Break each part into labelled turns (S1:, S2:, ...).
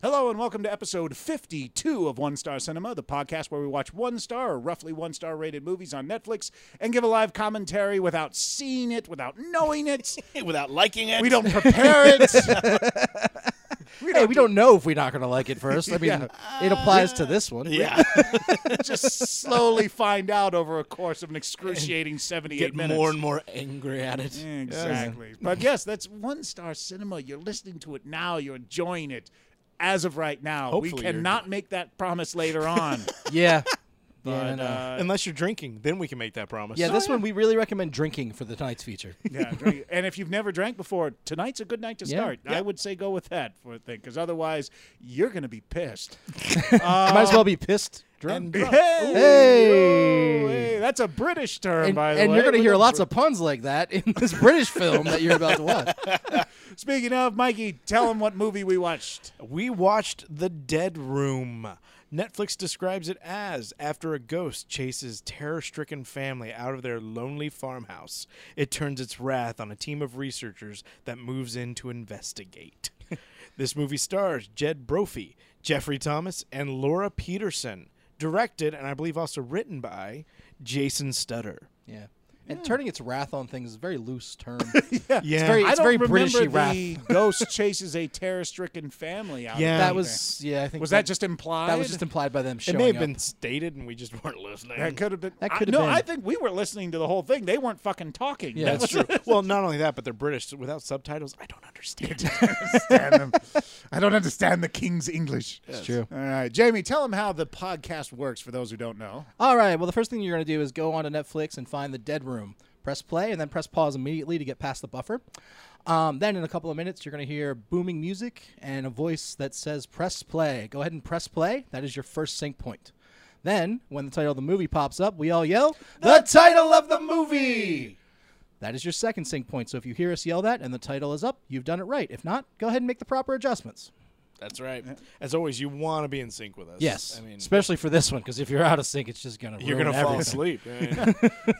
S1: Hello and welcome to episode 52 of One Star Cinema, the podcast where we watch one star or roughly one star rated movies on Netflix and give a live commentary without seeing it, without knowing it.
S2: without liking it.
S1: We don't prepare it.
S3: Hey, we don't know if we're not going to like it first. I mean, it applies to this one.
S2: Yeah,
S1: Just slowly find out over a course of an excruciating 78
S2: get
S1: minutes.
S2: more and more angry at it.
S1: Exactly. But yes, that's one star cinema. You're listening to it now. You're enjoying it as of right now. we
S2: Hopefully you're-
S1: cannot make that promise later on.
S3: Yeah. yeah,
S1: but,
S3: no, no.
S1: uh,
S2: Unless you're drinking, then we can make that promise.
S3: yeah this one we really recommend drinking for the tonight's feature.
S1: yeah, drink- and if you've never drank before, tonight's a good night to
S3: Yeah.
S1: start. I would say go with that for a thing, because otherwise you're going to be pissed. Uh,
S3: Might as well be pissed drunk.
S1: Hey,
S3: Hey!
S1: Yo, hey, that's a British term,
S3: And,
S1: by the
S3: and
S1: way.
S3: you're going to
S1: We're
S3: hear
S1: not
S3: lots of puns like that in this British film that you're about to watch.
S1: Brit- Speaking of, Mikey, tell them what movie we watched.
S2: We watched The Dead Room. Netflix describes it as after a ghost chases terror stricken family out of their lonely farmhouse, it turns its wrath on a team of researchers that moves in to investigate. this movie stars Jed Brophy, Jeffrey Thomas, and Laura Peterson. Directed and I believe also written by Jason Stutter.
S3: Yeah. And turning its wrath on things is a very loose term.
S2: Yeah,
S3: very-
S1: I
S3: It's
S1: don't remember
S3: Britishy
S1: the ghost chases a terror-stricken family out. of
S2: Yeah.
S3: that
S1: anything.
S3: was, yeah, I think
S1: was that just implied?
S3: that was just implied by them
S2: it
S3: showing
S2: may have
S3: up.
S2: been stated and we just weren't listening.
S1: That could have been.
S3: That
S1: I-
S3: could have
S1: no,
S3: been.
S1: I think we were listening to the whole thing. They weren't fucking talking.
S3: Yeah.
S1: That
S2: That's
S1: was-
S2: true. well, not only that, but they're British. so without subtitles, I don't understand. it.
S1: understand them. I don't understand the king's English. It's
S3: true.
S1: All right, Jamie, tell them how the podcast works for those who don't know.
S3: All right. Well, the first thing you're going to do is go onto Netflix and find The Dead Room. Press play and then press pause immediately to get past the buffer. Um, then, in a couple of minutes, you're going to hear booming music and a voice that says press play. Go ahead and press play. That is your first sync point. Then, when the title of the movie pops up, we all yell, The title of the movie! That is your second sync point. So if you hear us yell that and the title is up, you've done it right. If not, go ahead and make the proper adjustments.
S2: That's right. As always, you want to be in sync with us.
S3: Yes.
S2: I mean,
S3: Especially for this one, because if you're out of sync, it's just going to
S2: you're gonna fall asleep. I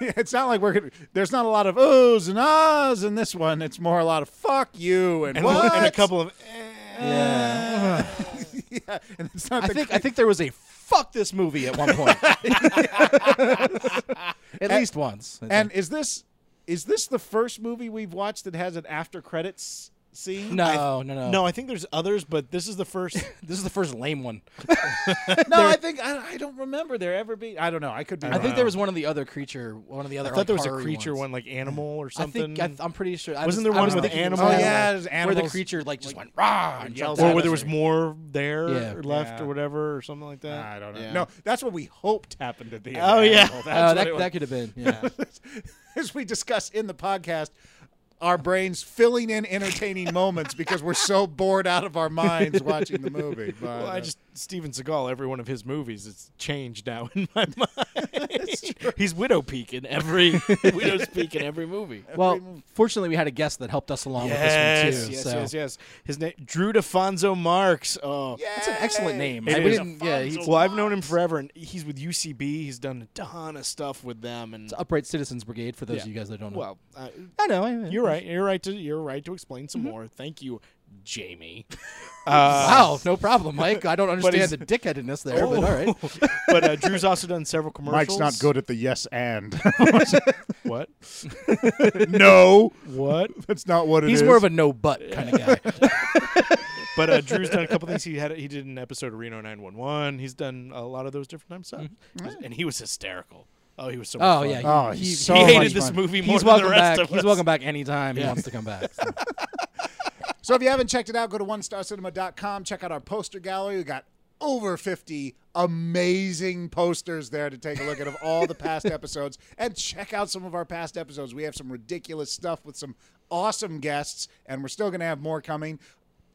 S2: mean,
S1: it's not like we're. Gonna, there's not a lot of oohs and ahs in this one. It's more a lot of fuck you and,
S2: and,
S1: what?
S2: and a couple of.
S3: Yeah.
S1: yeah, and it's not
S3: I
S1: the
S3: think I think there was a fuck this movie at one point. at least once. I think.
S1: And is this is this the first movie we've watched that has an after credits scene?
S3: no, no, no,
S2: No, I think there's others, but this is the first.
S3: This is the first lame one.
S1: no. I think I, I don't remember there ever being. I don't know. I could be.
S3: I think there was one of the other creature, one of the other.
S2: I thought there was a
S3: Arcari
S2: creature
S3: ones.
S2: one, like animal or
S3: I
S2: something.
S3: think I, I'm pretty sure. I
S2: Wasn't there
S3: was- I
S2: one
S3: was
S2: with
S3: thinking
S2: the
S3: it was
S2: animals? Oh,
S3: that one,
S1: yeah, there's
S3: where the
S1: animals, Ah,
S3: creature like just went rah and
S1: yells
S3: yells
S1: at
S2: or
S3: at
S2: where
S3: us.
S2: there was more there,
S3: Yeah.
S2: or left,
S1: Yeah.
S2: or whatever, or something like that.
S1: I don't know.
S2: Yeah.
S1: No, that's what we hoped happened at the end.
S2: Oh,
S1: of
S2: yeah.
S1: Animal. That's
S3: Oh,
S1: what it
S3: that
S1: was.
S3: that could have been. Yeah.
S1: as we discuss in the podcast, our brains filling in entertaining moments because we're so bored out of our minds watching the movie. But,
S2: Well, I
S1: uh,
S2: just Steven Seagal. Every one of his movies, it's changed now in my mind. He's Widow Peak in every Widow's Peak in every movie.
S3: well, fortunately, we had a guest that helped us along with this one too.
S2: yes,
S3: so
S2: yes, yes. His name Drew DeFonso Marks. Oh,
S3: that's an excellent name.
S2: It
S3: I- we
S2: is.
S3: didn't- yeah, he's
S2: well, I've known him forever, and he's with UCB. He's done a ton of stuff with them, and
S3: Upright Citizens Brigade. For those
S2: Yeah.
S3: of you guys that don't know,
S2: well, uh, Mm-hmm.
S3: I know. I-
S2: you're right. You're right to you're right to explain some more. Thank you, Jamie. Uh,
S3: Wow, no problem, Mike. I don't
S2: he's-
S3: understand the dickheadedness there, but all right.
S2: but uh, Drew's also done several commercials.
S1: at the yes and.
S2: What?
S1: no,
S2: What?
S1: that's not what it
S3: He's more of a no butt kind of guy.
S2: But uh, Drew's done a couple things. He had he did an episode of Reno 911. He's done a lot of those different times, stuff. and he was hysterical. Oh, he was so. much
S3: Oh
S2: fun.
S3: yeah,
S1: Oh,
S3: he,
S1: he's
S3: he-
S1: so
S2: he
S1: much
S2: hated this
S1: fun.
S2: movie more
S3: he's
S2: than the
S3: welcome
S2: rest
S3: back.
S2: of
S3: He's
S2: us.
S3: welcome back anytime he wants to come back. so.
S1: So if you haven't checked it out, go to onestarcinema.com. Check out our poster gallery. We got over 50 amazing posters there to take a look at of all the past episodes. And check out some of our past episodes. We have some ridiculous stuff with some awesome guests, and we're still going to have more coming.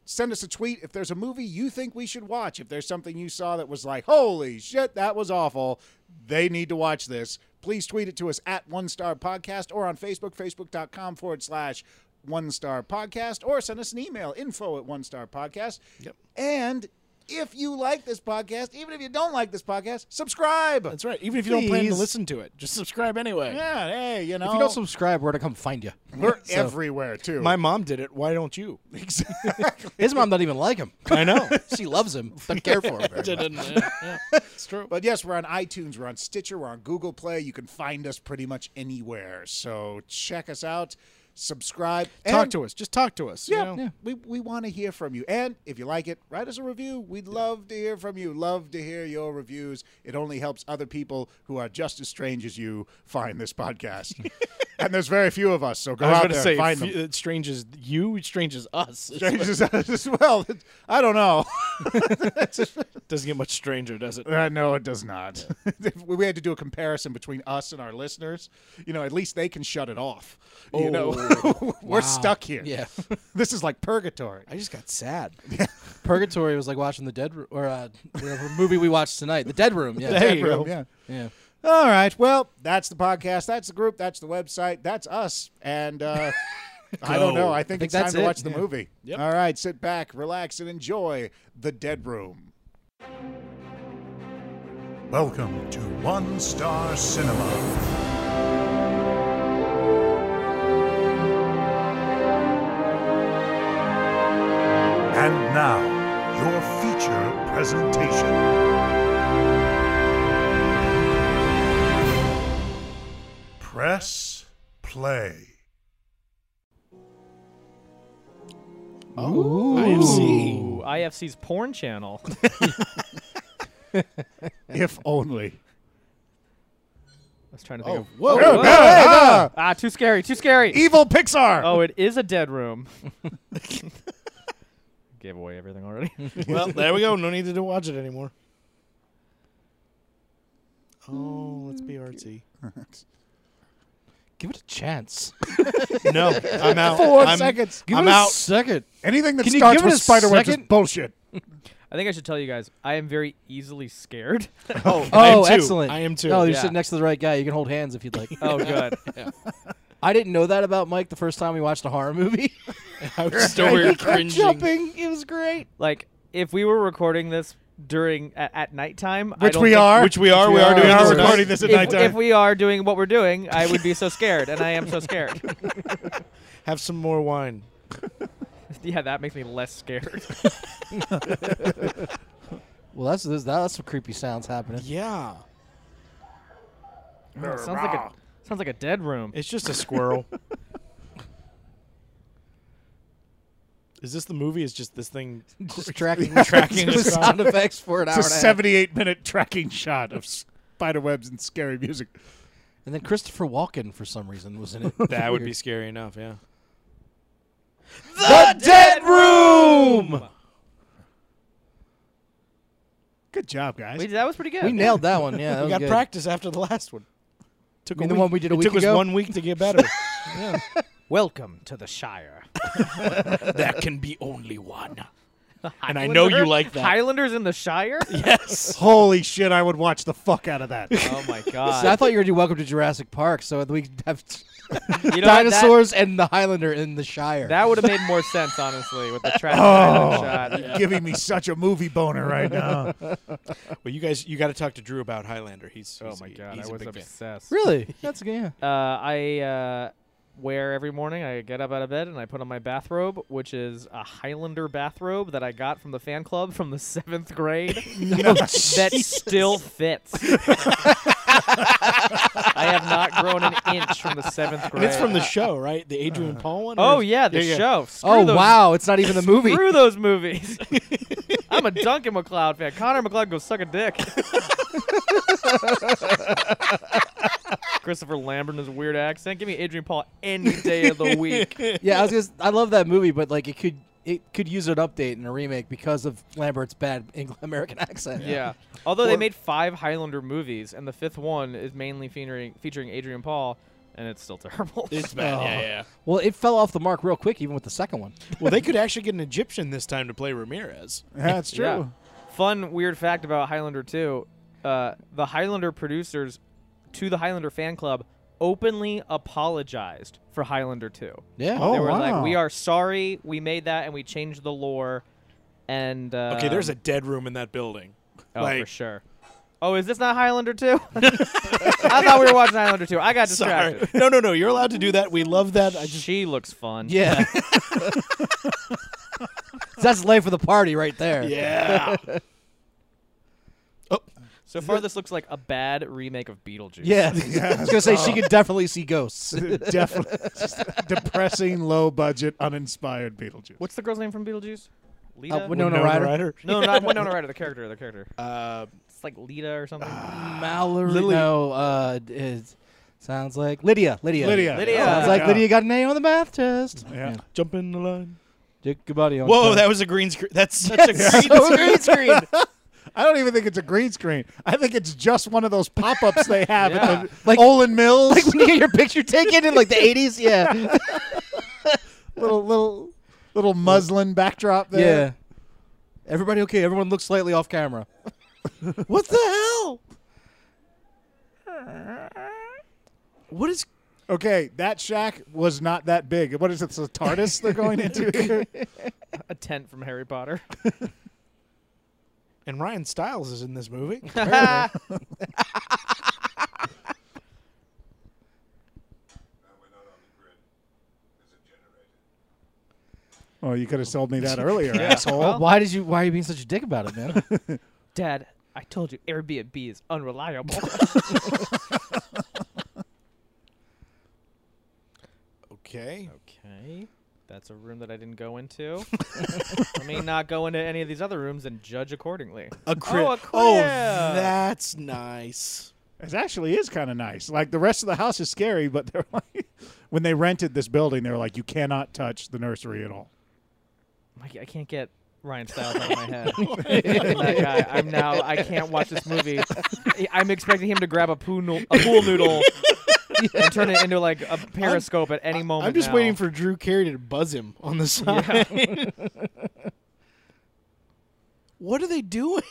S1: Send us a tweet if there's a movie you think we should watch. If there's something you saw that was like, holy shit, that was awful, they need to watch this. Please tweet it to us at One Star Podcast or on Facebook, facebook.com forward slash one star podcast or send us an email info at one star podcast
S2: Yep.
S1: and If you like this podcast, even if you don't like this podcast, subscribe.
S2: That's right. Even if you don't plan to
S3: Please.
S2: listen to it, just subscribe anyway.
S1: yeah, hey, you know,
S3: If you don't subscribe, we're to come find you.
S1: we're everywhere too.
S2: My mom did it. Why don't you?
S1: exactly.
S3: His mom doesn't even like him.
S2: I know.
S3: she loves him, doesn't care for him. Very much.
S2: It's true.
S1: But yes, we're on iTunes, we're on Stitcher, we're on Google Play. You can find us pretty much anywhere. So check us out, subscribe,
S2: Talk
S1: and-
S2: to us. Just talk to us. you
S1: Yeah,
S2: know?
S1: we, we want to hear from you. And if you like it, write us a review. We'd love to hear from you. Love to hear your reviews. It only helps other people who are just as strange as you find this podcast. and there's very few of us, so go
S2: I was
S1: out
S2: going to
S1: there
S2: say,
S1: and find
S2: f-
S1: them.
S2: it stranges you, it stranges us. It
S1: Strange as us as well. I don't know.
S2: doesn't get much stranger, does it?
S1: Uh, no, it does not. If we had to do a comparison between us and our listeners. You know, at least they can shut it off. you know,
S2: Oh,
S1: we're stuck here.
S3: Yeah.
S1: this is like purgatory.
S2: I just got sad.
S3: Purgatory was like watching the dead Ro- or uh, whatever movie we watched tonight, the Dead Room. Yeah,
S2: There you
S1: Room,
S2: go.
S1: yeah.
S3: yeah.
S1: All right. Well, that's the podcast. That's the group. That's the website. That's us. And uh, I don't know. I think,
S3: Think
S1: it's time
S3: that's
S1: to
S3: it.
S1: watch the
S3: Yeah.
S1: movie.
S2: Yep.
S1: All right. Sit back, relax, and enjoy The Dead Room. Welcome to One Star Cinema.
S4: And now, your feature presentation. Press play.
S2: IFC.
S5: Ooh, IFC's porn channel.
S1: If only.
S5: I was trying to think of.
S2: Whoa.
S1: Oh, hey, ah,
S5: Ah, too scary, too scary.
S1: evil Pixar.
S5: Oh, it is a dead room. Gave away everything already.
S2: Well, there we go. No need to watch it anymore. Oh, let's be artsy.
S3: Give it a chance.
S2: No, I'm out.
S1: 4
S2: I'm-
S1: seconds.
S3: Give
S2: I'm
S3: it
S2: out.
S3: a second.
S1: Anything that
S3: Can you
S1: starts
S3: give it
S1: with
S3: a
S1: Spiderweb is
S3: second?
S1: bullshit.
S5: I think I should tell you guys. I am very easily scared.
S2: Oh, I am
S3: Oh,
S2: too.
S3: excellent.
S2: I am too.
S3: Oh, you're
S5: Yeah.
S3: sitting next to the right guy. You can hold hands if you'd like.
S5: Oh, good.
S3: I didn't know that about Mike the first time we watched a horror movie.
S2: I was still very cringing.
S3: Jumping, it was great.
S5: Like if we were recording this during at, at nighttime, I
S1: Which
S5: don't
S1: we
S5: think-
S1: are.
S2: Which we are. We are
S1: We
S2: doing
S1: are
S2: this tonight.
S1: recording this at
S5: if,
S1: nighttime.
S5: if we are doing what we're doing, I would be so scared, and I am so scared.
S2: Have some more wine.
S5: yeah, that makes me less scared.
S3: Well, that's that's, that's some creepy sounds happening.
S2: Yeah.
S5: Oh, it sounds like a sounds like a dead room.
S2: It's just a squirrel. Is this the movie? Is just this thing?
S3: Just tracking,
S2: Tracking
S3: the
S2: us.
S3: sound effects for an hour.
S1: It's a
S3: And, a half.
S1: 78 minute tracking shot of spiderwebs and scary music.
S3: and then Christopher Walken for some reason was in it.
S2: That would be scary enough. Yeah.
S3: the dead room.
S1: Good job, guys.
S5: We- that was pretty good.
S3: We nailed that one. Yeah, that
S2: We
S3: was
S2: got
S3: good.
S2: practice after the last one. Took
S3: You mean
S2: a
S3: the
S2: week.
S3: one we did a
S2: it
S3: week
S2: took us
S3: ago?
S2: one week to get better.
S5: Welcome to the Shire.
S2: that can be only one. And
S5: Highlander? Highlanders in the Shire?
S2: yes.
S1: Holy shit, I would watch the fuck out of that.
S5: oh my
S3: See, I
S5: god.
S3: thought you were gonna do Welcome to Jurassic Park, so we could have
S5: You know what, that-
S3: dinosaurs and the Highlander in the Shire.
S5: That, would have made more sense, honestly, with the trash oh. shot.
S1: Giving me such a movie boner right now.
S2: Well, you guys, you got to talk to Drew about Highlander. He's,
S5: Oh
S2: he's
S5: my
S2: a-
S5: god, I
S2: he's a
S5: was
S2: big fan.
S5: obsessed.
S3: really? That's good. Yeah.
S5: Uh, I uh, wear every morning. I get up out of bed and I put on my bathrobe, which is a Highlander bathrobe that I got from the fan club from the seventh grade. that still fits. I have not grown an inch from the seventh grade.
S2: It's from the show, right? The Adrian
S3: Uh,
S2: Paul one.
S5: Oh
S2: or-
S5: yeah, the show. Screw
S3: Oh
S5: those
S3: wow! It's not even the movie.
S5: Screw those movies. I'm a Duncan McLeod fan. Connor McLeod goes suck a dick. Christopher Lambert and his weird accent. Give me Adrian Paul any day of the week.
S3: yeah, I was just I love that movie, but like it could it could use an update and a remake because of Lambert's bad English American accent.
S5: Yeah. Although they
S3: Or-
S5: made five Highlander movies, and the fifth one is mainly featuring featuring Adrian Paul, and it's still terrible.
S2: It's
S3: Oh.
S2: bad. Yeah, yeah.
S3: Well, it fell off the mark real quick, even with the second one.
S2: Well, they could actually get an Egyptian this time to play Ramirez.
S1: That's true.
S5: Yeah. Fun weird fact about Highlander 2. Uh, the Highlander producers to the Highlander fan club openly apologized for Highlander 2.
S3: Yeah.
S1: Oh,
S5: they were
S1: wow.
S5: like, "We are sorry, we made that, and we changed the lore." And uh,
S2: Okay, there's a dead room in that building.
S5: oh for
S2: like-
S5: sure. Oh, is this not Highlander 2? I thought we were watching Highlander 2. I got distracted.
S2: Sorry. No, no, no. You're allowed to do that. We love that. I just
S5: She looks fun.
S3: Yeah. That's late for the party right there.
S2: yeah.
S5: So far, this looks like a bad remake of Beetlejuice.
S3: Yeah. I was going to say, she could definitely see ghosts.
S1: Definitely just depressing, low budget, uninspired Beetlejuice.
S5: What's the girl's name from Beetlejuice? Lita.
S3: Uh, Winona Ryder.
S5: no, not Winona Ryder. The character. The character.
S2: Uh,
S5: It's like Lita or something.
S3: uh, Mallory.
S2: Lily-
S3: No, uh, it sounds like Lydia. Lydia.
S1: Lydia.
S5: Lydia.
S3: Sounds
S5: Good
S3: like
S1: job.
S3: Lydia got an A on the math test.
S1: Yeah.
S2: jump in the line.
S3: Dick Goodbody on
S2: Whoa,
S3: time.
S2: that was a green screen. That's such a green
S3: so green screen.
S1: I don't even think it's a green screen. I think it's just one of those pop ups they have
S5: Yeah.
S1: at the Olin Mills.
S3: like when you get your picture taken in like the 80s. Yeah.
S1: little little little muslin backdrop there.
S3: Yeah. Everybody okay? Everyone looks slightly off camera.
S2: What the hell? What is?
S1: Okay, that shack was not that big. What is it, the TARDIS they're going into here?
S5: A tent from Harry Potter.
S2: And Ryan Stiles is in this movie.
S1: Oh, you could have sold me that earlier, asshole.
S5: Well-
S3: Why did you? Why are you being such a dick about it, man?
S5: Dad, I told you Airbnb is unreliable.
S2: Okay.
S5: okay. That's a room that I didn't go into. I may not go into any of these other rooms and judge accordingly.
S2: A crit.
S5: Oh, a
S2: oh,
S5: crib.
S2: that's nice.
S1: It actually is kind of nice. Like the rest of the house is scary, but they're like, when they rented this building, they were like, you cannot touch the nursery at all.
S5: Mike, I can't get Ryan Styles out of my head. I'm that guy. I'm now. I can't watch this movie. I- I'm expecting him to grab a pool, no- a pool noodle and turn it into like a periscope at any moment.
S2: I'm just
S5: now.
S2: waiting for Drew Carey to buzz him on the side. what are they doing?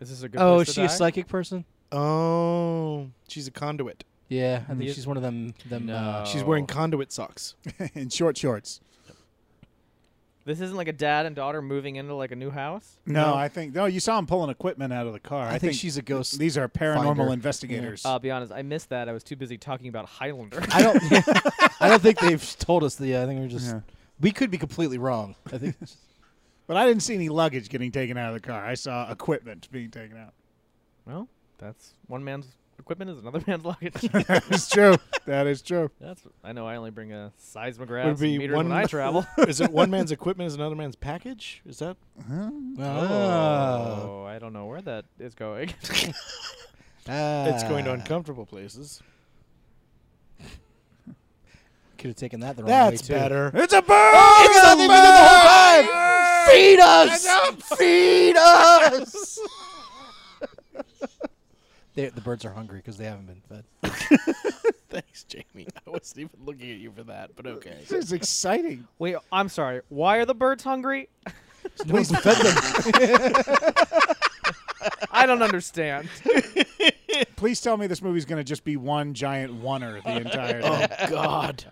S5: Is this a good?
S3: oh,
S5: place
S3: is
S5: to
S3: she a
S5: die?
S3: psychic person?
S2: Oh, she's a conduit.
S3: Yeah, I think
S5: Yeah.
S3: she's one of them. Them. Uh,
S5: No.
S2: She's wearing conduit socks.
S1: in short shorts.
S5: This isn't like a dad and daughter moving into like a new house.
S1: No, I think no. You saw him pulling equipment out of the car.
S3: I, think, she's a ghost.
S1: These are paranormal
S3: Finder.
S1: investigators.
S5: I'll be honest. I missed that. I was too busy talking about Highlander.
S3: I don't. I don't think they've told us the. I think we're just.
S1: Yeah.
S3: We could be completely wrong. I think.
S1: But I didn't see any luggage getting taken out of the car. I saw equipment being taken out.
S5: well, that's one man's equipment is another man's luggage.
S1: It's true. that is true.
S5: that's. I know. I only bring a seismograph
S2: Would
S5: and
S2: be
S5: meters
S2: one-
S5: when I travel.
S2: Is it one man's equipment is another man's package? Is that
S3: Ah.
S2: Uh.
S5: Oh, I don't know where that is going.
S2: it's going to
S3: Ah.
S2: uncomfortable places?
S3: Could have taken that the wrong way
S2: That's
S3: too.
S2: better.
S1: It's a bird.
S3: It's not even the whole time. Feed us. Feed us. They, the birds are hungry because they haven't been fed.
S2: Thanks, Jamie. I wasn't even looking at you for that, but okay.
S1: This is exciting.
S5: Wait, I'm sorry. Why are the birds hungry?
S3: No one's fed them.
S5: I don't understand.
S1: Please tell me this movie's going to just be one giant oneer the entire time.
S2: God.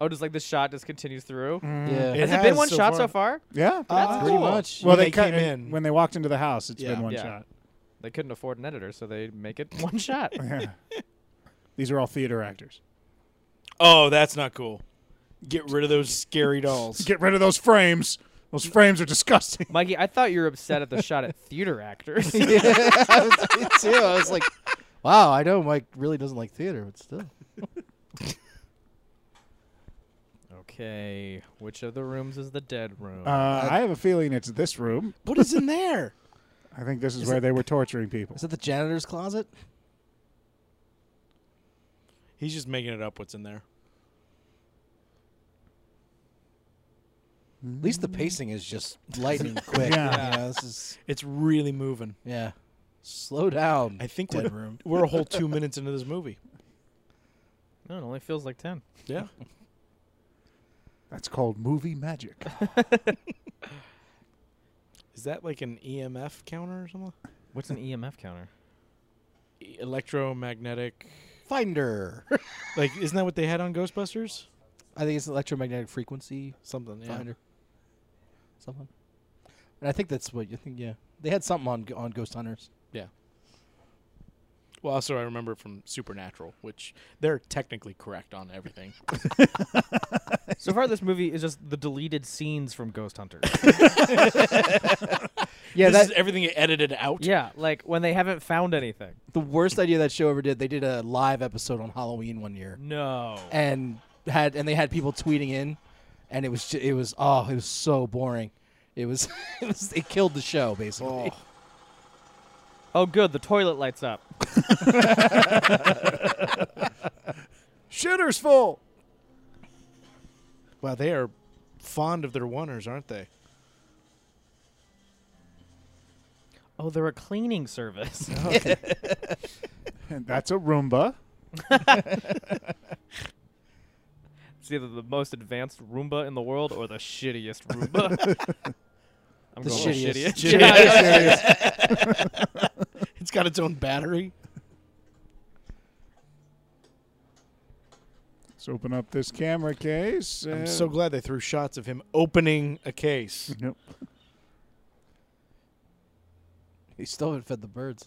S5: Oh, just like the shot just continues through.
S3: Yeah.
S2: Mm, It
S5: Has it been
S2: has
S5: one
S2: so
S5: shot
S2: far.
S5: so far?
S1: Yeah.
S5: That's
S3: Pretty
S5: cool.
S3: much.
S2: Well, When they
S1: cut-
S2: came in.
S1: when they walked into the house. It's
S2: Yeah.
S1: been one
S5: Yeah.
S1: shot.
S5: They couldn't afford an editor, so they make it one shot.
S1: Yeah. These are all theater actors.
S2: Oh, that's not cool. Get rid of those scary dolls.
S1: Get rid of those frames. Those frames are disgusting.
S5: Mikey, I thought you were upset at the shot at theater actors.
S3: I was, me too. I was like, wow, I know Mike really doesn't like theater, but still.
S5: okay, which of the rooms is the dead room?
S1: Uh, I have a feeling it's this room.
S2: what is in there?
S1: I think this is, where they were torturing people.
S3: Is that the janitor's closet?
S2: He's just making it up what's in there.
S3: At least the pacing is just lightning quick.
S1: Yeah.
S3: You know, this is
S2: It's really moving.
S3: yeah. Slow down.
S2: I think
S3: dead
S2: we're,
S3: room.
S2: we're a whole two minutes into this movie.
S5: no, it only feels like 10.
S2: Yeah.
S1: That's called movie magic.
S2: Is that like an EMF counter or something?
S5: What's an EMF counter?
S2: E- Electromagnetic.
S3: Finder.
S2: Like, isn't that what they had on Ghostbusters?
S3: I think it's electromagnetic frequency
S2: Something. Yeah.
S3: finder. something. And I think that's what you think. Yeah, they had something on on Ghost Hunters.
S2: Yeah. Well, also I remember from Supernatural, which they're technically correct on everything.
S5: So far, this movie is just the deleted scenes from Ghost Hunter.
S3: Yeah,
S2: this is
S3: that's
S2: everything edited out.
S5: yeah, like when they haven't found anything.
S3: the worst idea that show ever did. They did a live episode on Halloween one year,
S5: No.
S3: and had and they had people tweeting in, and it was ju- it was oh it was so boring. It was it was it killed the show basically.
S5: Oh, good. The toilet lights up.
S1: Shitter's full.
S2: Wow, they are fond of their oneers, aren't they?
S5: Oh, they're a cleaning service.
S1: And that's a Roomba.
S5: It's either the most advanced Roomba in the world or the shittiest Roomba. I'm
S3: The
S5: going with
S3: shittiest.
S5: shittiest.
S2: It's got its own battery.
S1: Let's open up this camera case.
S2: I'm so glad they threw shots of him opening a case.
S1: Nope.
S3: He still haven't fed the birds.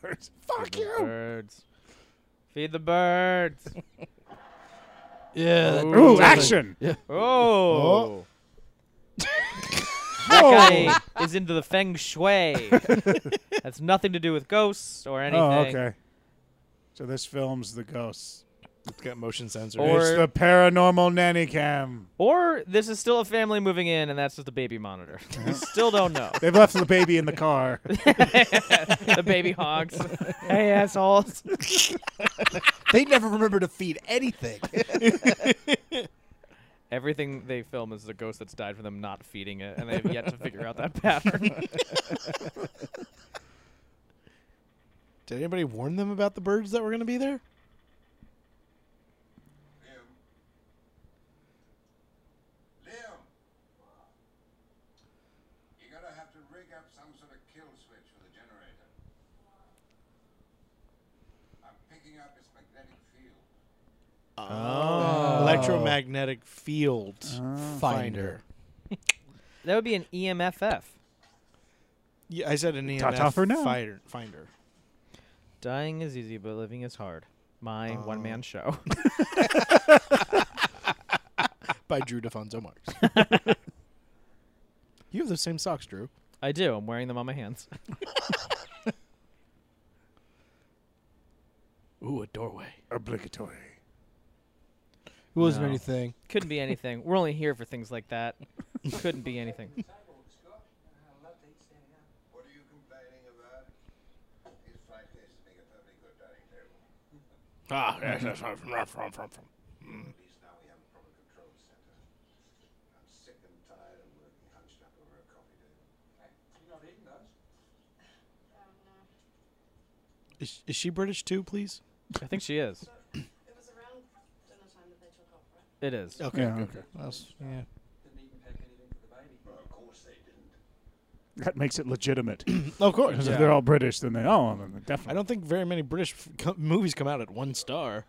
S1: Birds. Fuck
S5: Feed the
S1: you.
S5: Birds. Feed the birds.
S3: Yeah.
S1: Ooh, action.
S5: Oh. Oh.
S1: Whoa.
S5: Guy is into the feng shui. That's nothing to do with ghosts or anything.
S1: Oh, okay. So this film's the ghosts.
S2: It's got motion sensors.
S5: Or-
S1: it's the paranormal nanny cam.
S5: Or this is still a family moving in and that's just a baby monitor. We still don't know.
S1: They've left the baby in the car.
S5: the baby honks. hey, assholes.
S3: They never remember to feed anything.
S5: Everything they film is the ghost that's died from them not feeding it, and they have yet to figure out that pattern.
S2: Did anybody warn them about the birds that were going to be there?
S6: Liam! You're gonna have to rig up some sort of kill switch for the generator. I'm picking up its magnetic field.
S2: Electromagnetic field
S3: Finder.
S5: that would be an E EMFF.
S2: Yeah, I said an EMF
S1: Ta-ta for now.
S2: finder. finder.
S5: Dying is easy, but living is hard. My one man show.
S2: by Drew DeFonso Marks. you have those same socks, Drew.
S5: I do. I'm wearing them on my hands.
S2: Ooh, a doorway.
S1: Obligatory.
S3: It wasn't
S5: No.
S3: anything.
S5: Couldn't be anything. We're only here for things like that. Couldn't be anything.
S6: What are you complaining about? His flight case is making a perfectly good dining table.
S2: Ah, yes, yes, yes, from, from, from, from.
S6: At least now we have a proper control center. I'm sick and tired of working hunched up over a coffee table. You're not eating those?
S2: Is, is she British too, please?
S5: I think she is.
S7: It was around dinner time that they took off, right?
S5: It is.
S2: Okay.
S1: Yeah, okay.
S3: yeah.
S6: Didn't even pack anything for the baby. Well, of course they didn't.
S1: That makes it legitimate.
S2: Of course.
S1: Because if they're all British, then they oh, then they
S2: I
S1: definitely.
S2: don't think very many British f- co- movies come out at one star.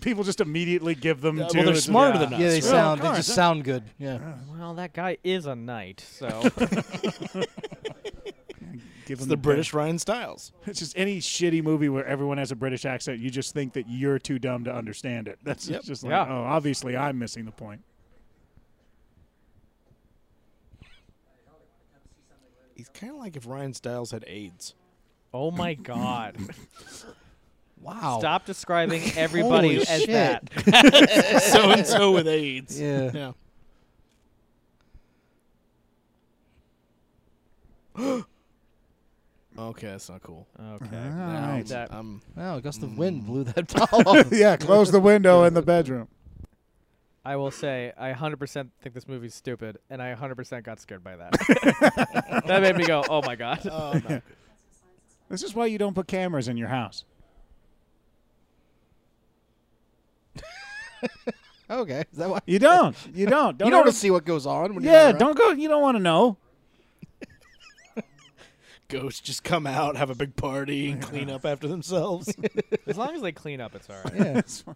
S1: People just immediately give them
S2: Yeah,
S1: to.
S2: well, they're
S1: the-
S2: smarter than us.
S3: Yeah, they
S2: right?
S3: sound. They
S1: Cars,
S3: just
S1: huh?
S3: sound good. Yeah.
S5: Well, that guy is a knight, so
S1: Give
S2: It's
S1: them
S2: the
S1: best.
S2: British Ryan Stiles.
S1: It's just any shitty movie where everyone has a British accent. You just think that you're too dumb to understand it. That's
S2: Yep.
S1: just like,
S5: Yeah.
S1: oh, obviously I'm missing the point.
S2: He's kind of like if Ryan Stiles had AIDS.
S5: Oh my god.
S3: Wow.
S5: Stop describing everybody
S3: Holy
S5: as
S3: shit.
S5: that.
S2: So and so with AIDS.
S3: Yeah.
S2: Yeah. okay, that's not cool.
S5: Okay.
S1: All right.
S5: That-
S2: Um,
S3: Wow, a gust of wind blew that doll off.
S1: yeah, close the window in the bedroom.
S5: I will say I 100% think this movie's stupid and I 100% got scared by that. that made me go, "Oh my god."
S1: This is why you don't put cameras in your house.
S3: okay. Is that why?
S1: You don't. You don't. don't
S3: you don't want
S1: ever-
S3: to see what goes on. When
S1: Yeah,
S3: you're
S1: don't go. You don't want to know.
S2: ghosts just come out, have a big party, and clean up after themselves.
S5: As long as they clean up, it's all right.
S3: Yeah.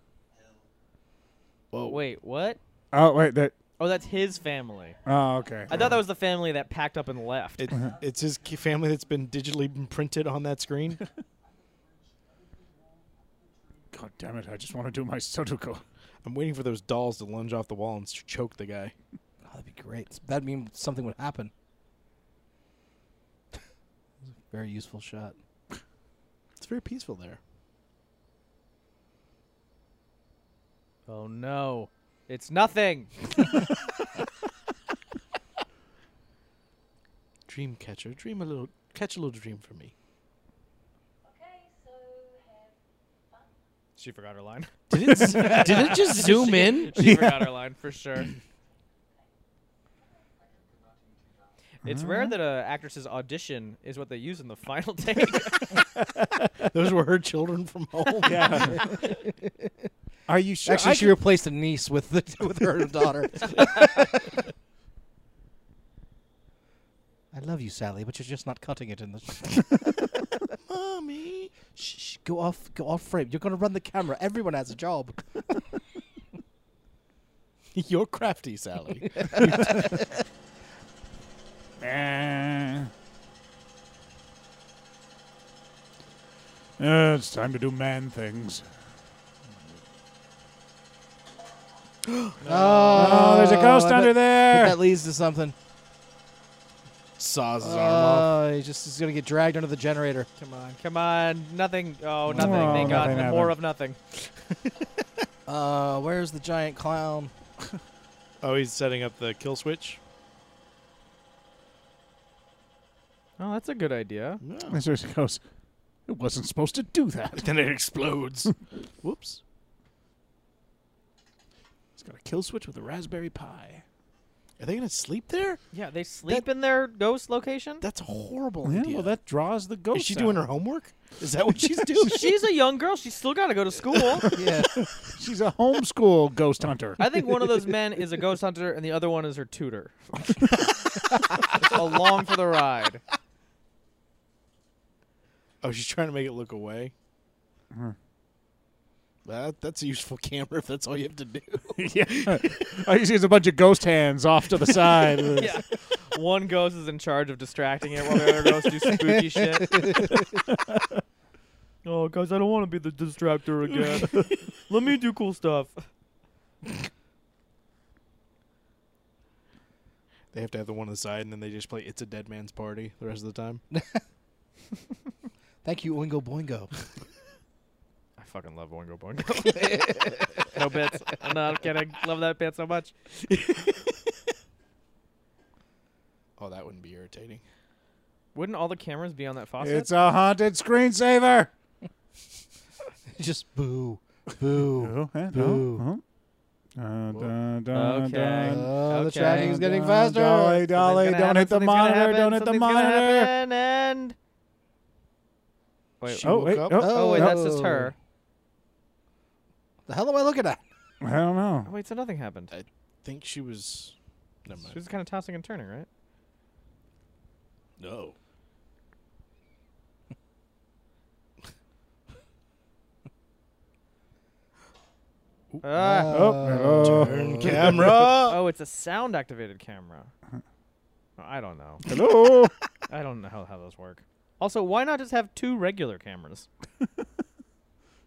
S5: Wait, what?
S1: Oh wait, that
S5: Oh, that's his family.
S1: Oh, okay.
S5: I thought that was the family that packed up and left.
S2: It, it's his ki- family that's been digitally imprinted on that screen.
S1: God damn it! I just want to do my Sudoku.
S2: I'm waiting for those dolls to lunge off the wall and s- choke the guy.
S3: Oh, that'd be great. That'd mean something would happen. Very useful shot.
S2: It's very peaceful there.
S5: oh no, it's nothing.
S2: Dream catcher, dream a little, catch a little dream for me.
S7: Okay, so have fun.
S5: She forgot her line.
S2: Did it? s- did it just zoom in?
S5: She forgot her line for sure. It's rare that an actress's audition is what they use in the final take.
S2: Those were her children from home.
S1: Are you sure?
S3: Oh, Actually,
S1: I
S3: she
S1: can-
S3: replaced a niece with the with her daughter. I love you, Sally, but you're just not cutting it in the.
S2: Mommy.
S3: shh, shh, go off, go off frame. You're gonna run the camera. Everyone has a job.
S2: You're crafty, Sally.
S1: Eh. Uh, it's time to do man things. Oh, there's a ghost
S3: I bet-
S1: under there.
S3: But that leads to something.
S2: Saws his arm off.
S3: Oh, he just is gonna get dragged under the generator. Come on.
S5: Come on, nothing. Oh, nothing.
S1: Oh,
S5: Thank God,
S1: nothing
S5: more
S1: happened.
S5: of nothing.
S3: Uh, where's the giant clown?
S2: Oh, he's setting up the kill switch.
S5: Oh, that's a good idea.
S2: No.
S1: There's a ghost. It wasn't supposed to do that.
S2: Then it explodes. Whoops.
S1: It's got a kill switch with a Raspberry Pi.
S2: Are they gonna sleep there?
S5: Yeah, they sleep in their ghost location.
S2: That's a horrible
S1: Yeah,
S2: idea.
S1: well, that draws the ghost.
S2: Is she doing her
S1: out.
S2: homework? Is that what she's doing?
S5: She's a young girl. She's still got to go to school.
S3: Yeah.
S1: She's a homeschool ghost hunter.
S5: I think one of those men is a ghost hunter, and the other one is her tutor. It's Along for the ride.
S2: oh, she's trying to make it look away.
S1: Uh-huh.
S2: That that's a useful camera if that's all you have to do.
S1: yeah. All you see is a bunch of ghost hands off to the side.
S5: Yeah. One ghost is in charge of distracting it while the other ghosts do spooky shit. oh, guys, I don't want to be the distractor again. Let me do cool stuff.
S2: They have to have the one on the side, and then they just play "It's a Dead Man's Party" the rest of the time.
S3: Thank you, Oingo Boingo.
S5: I fucking love Boingo Boingo. no bits. I'm not kidding. Love that bit so much.
S2: Oh, that wouldn't be irritating.
S5: Wouldn't all the cameras be on that faucet?
S1: It's a haunted screensaver.
S3: just boo, boo.
S1: Oh, eh,
S3: Boo.
S1: oh, uh-huh. Uh, dun, dun,
S5: Okay.
S1: dun.
S3: Oh, the
S5: Okay.
S3: tracking is getting
S1: Dun,
S3: faster.
S1: Dolly, Dolly, don't
S5: Something's gonna happen,
S1: hit the
S5: something's gonna
S1: monitor.
S5: happen,
S1: Don't hit the
S5: something's gonna
S1: monitor.
S5: happen, and wait,
S2: She
S5: oh,
S1: Oh,
S2: woke
S1: wait.
S2: up.
S1: Oh,
S5: oh, wait, that's just
S3: oh.
S5: her.
S3: The hell am I looking at?
S1: I don't
S5: Oh,
S1: know.
S5: wait, so nothing happened.
S2: I think she was. Never
S5: She
S2: mind.
S5: was kind of tossing and turning, right?
S2: no.
S5: Ah.
S1: Oh, hello.
S2: Turn camera.
S5: Oh, it's a sound activated camera.
S1: Uh-huh.
S5: Oh, I don't know.
S1: hello.
S5: I don't know how, how those work. Also, why not just have two regular cameras?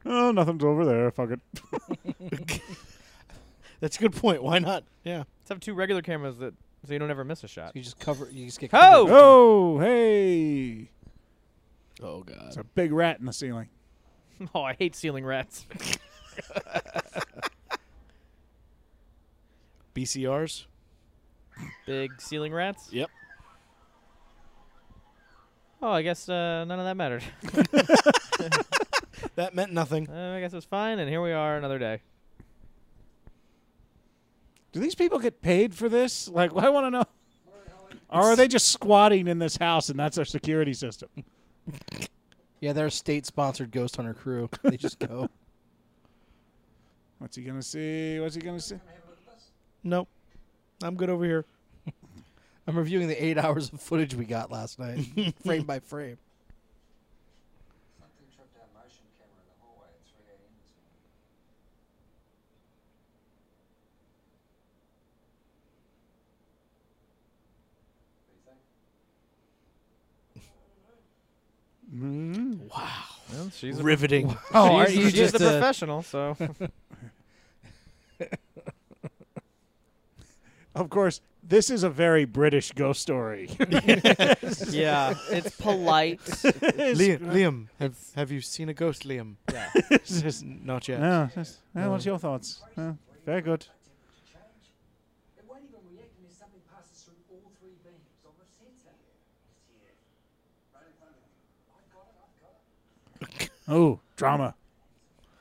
S1: Oh, nothing's over there. Fuck it.
S2: That's a good point. Why not? Yeah.
S5: Let's have two regular cameras that so you don't ever miss a shot.
S3: You just cover. You just get.
S5: Ho!
S3: covered.
S1: Oh, hey.
S2: Oh
S1: It's
S2: God.
S1: a big rat in the ceiling.
S5: Oh, I hate ceiling rats.
S2: BCRs.
S5: Big ceiling rats.
S2: Yep.
S5: Oh, I guess uh, none of that mattered.
S2: That meant nothing.
S5: Uh, I guess it was fine, and here we are another day.
S1: Do these people get paid for this? Like, I want to know. Or are they just squatting in this house and that's their security system?
S3: Yeah, they're a state-sponsored ghost hunter crew. They just go.
S1: What's he going to see? What's he going to see?
S2: Nope. I'm good over here.
S3: I'm reviewing the eight hours of footage we got last night, frame by frame.
S6: Something tripped our motion camera in the hallway at 3 a.m. this morning.
S1: Hmm?
S5: Well, she's a,
S2: Riveting.
S3: Oh,
S5: she's,
S3: are you
S5: she's
S3: just
S5: a
S3: a-
S5: professional, so
S8: Of course, this is a very British ghost story.
S5: yeah, it's polite.
S2: Liam, Liam have, have you seen a ghost, Liam? Yeah. Not yet.
S8: no, that's- no, what's your thoughts? No, very good.
S6: Change. It won't even react unless something passes through all three beams on the sensor. It's here. Right in front of you. I've got it, I've got it.
S8: Oh, drama.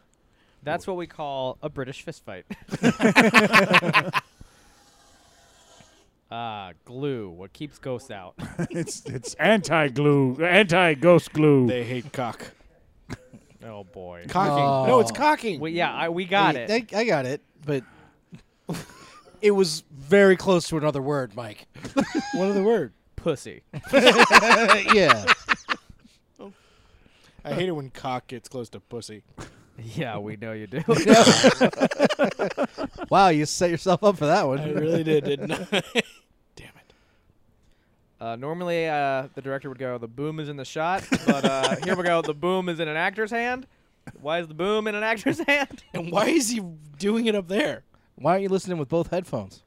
S5: That's what we call a British fistfight. Ah, glue. What keeps ghosts out?
S8: It's it's anti glue, anti ghost glue.
S2: They hate cock.
S5: Oh boy.
S2: Cocking. No, it's
S3: Oh.
S2: cocking.
S5: Well, yeah, I, we got
S3: Hey,
S5: it.
S3: I, I got it, but it was very close to another word, Mike.
S2: What other word?
S5: Pussy.
S3: Uh, yeah.
S2: I hate it when cock gets close to pussy.
S5: Yeah, we know you do.
S3: Wow, you set yourself up for that one.
S2: I really did, didn't I? Damn it.
S5: Uh, normally, uh, the director would go, "The boom is in the shot," but uh, here we go. The boom is in an actor's hand. Why is the boom in an actor's hand?
S2: And why is he doing it up there?
S3: Why aren't you listening with both headphones?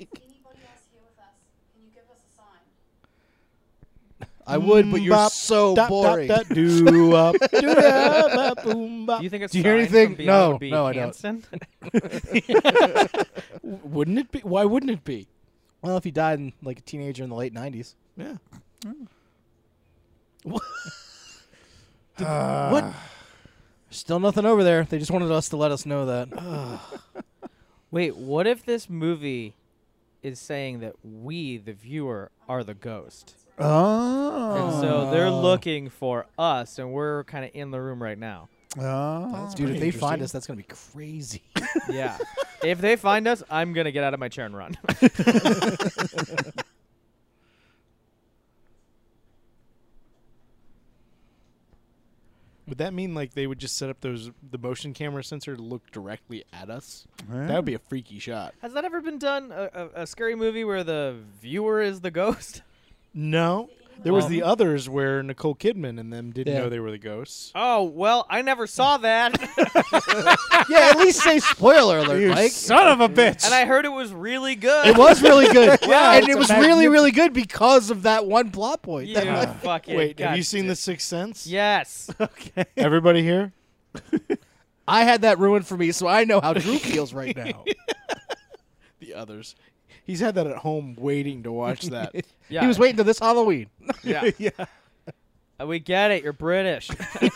S7: Anybody else here with us? Can you give us a sign?
S3: I would, but you're
S2: Mm, Bop,
S3: so
S2: dop, dop,
S3: boring.
S2: dop, doo, up, doo, up, up, boom, bop.
S5: Do you think it's
S3: Do you hear anything? No, no, I don't.
S2: Wouldn't it be? Why wouldn't it be?
S3: Well, if he died in like a teenager in the late Mm. '90s,
S2: Yeah.
S3: still nothing over there. They just wanted us to let us know that.
S2: Oh,
S5: Wait, what if this movie is saying that we, the viewer, are the ghost,
S1: Oh.
S5: and so they're
S3: Ah.
S5: looking for us, and we're kind of in the room right now.
S1: oh.
S3: Dude, if they find us, that's gonna be crazy.
S5: Yeah. if they find us, I'm gonna get out of my chair and run.
S2: Would that mean like they would just set up those the motion camera sensor to look directly at us? That would be a freaky shot.
S5: Has that ever been done? A, a, a scary movie where the viewer is the ghost?
S2: No. There was the others where Nicole Kidman and them didn't
S3: Yeah.
S2: know they were the ghosts.
S5: Oh well, I never saw that,
S3: yeah, at least say spoiler alert,
S8: You
S3: Mike.
S8: son of a bitch.
S5: and I heard it was really good.
S3: It was really good.
S8: Yeah,
S3: and
S8: it's
S3: it
S8: a
S3: was really, really good because of that one plot point.
S5: You
S3: That-
S5: fucking
S2: Wait, have you
S5: god-
S2: seen The Sixth Sense?
S5: Yes.
S2: Everybody here?
S3: I had that ruined for me, so I know how Drew feels right now.
S2: The others. He's had that at home waiting to watch that.
S5: Yeah.
S3: He was waiting till this Halloween.
S5: Yeah. Uh, We get it. You're British.
S3: I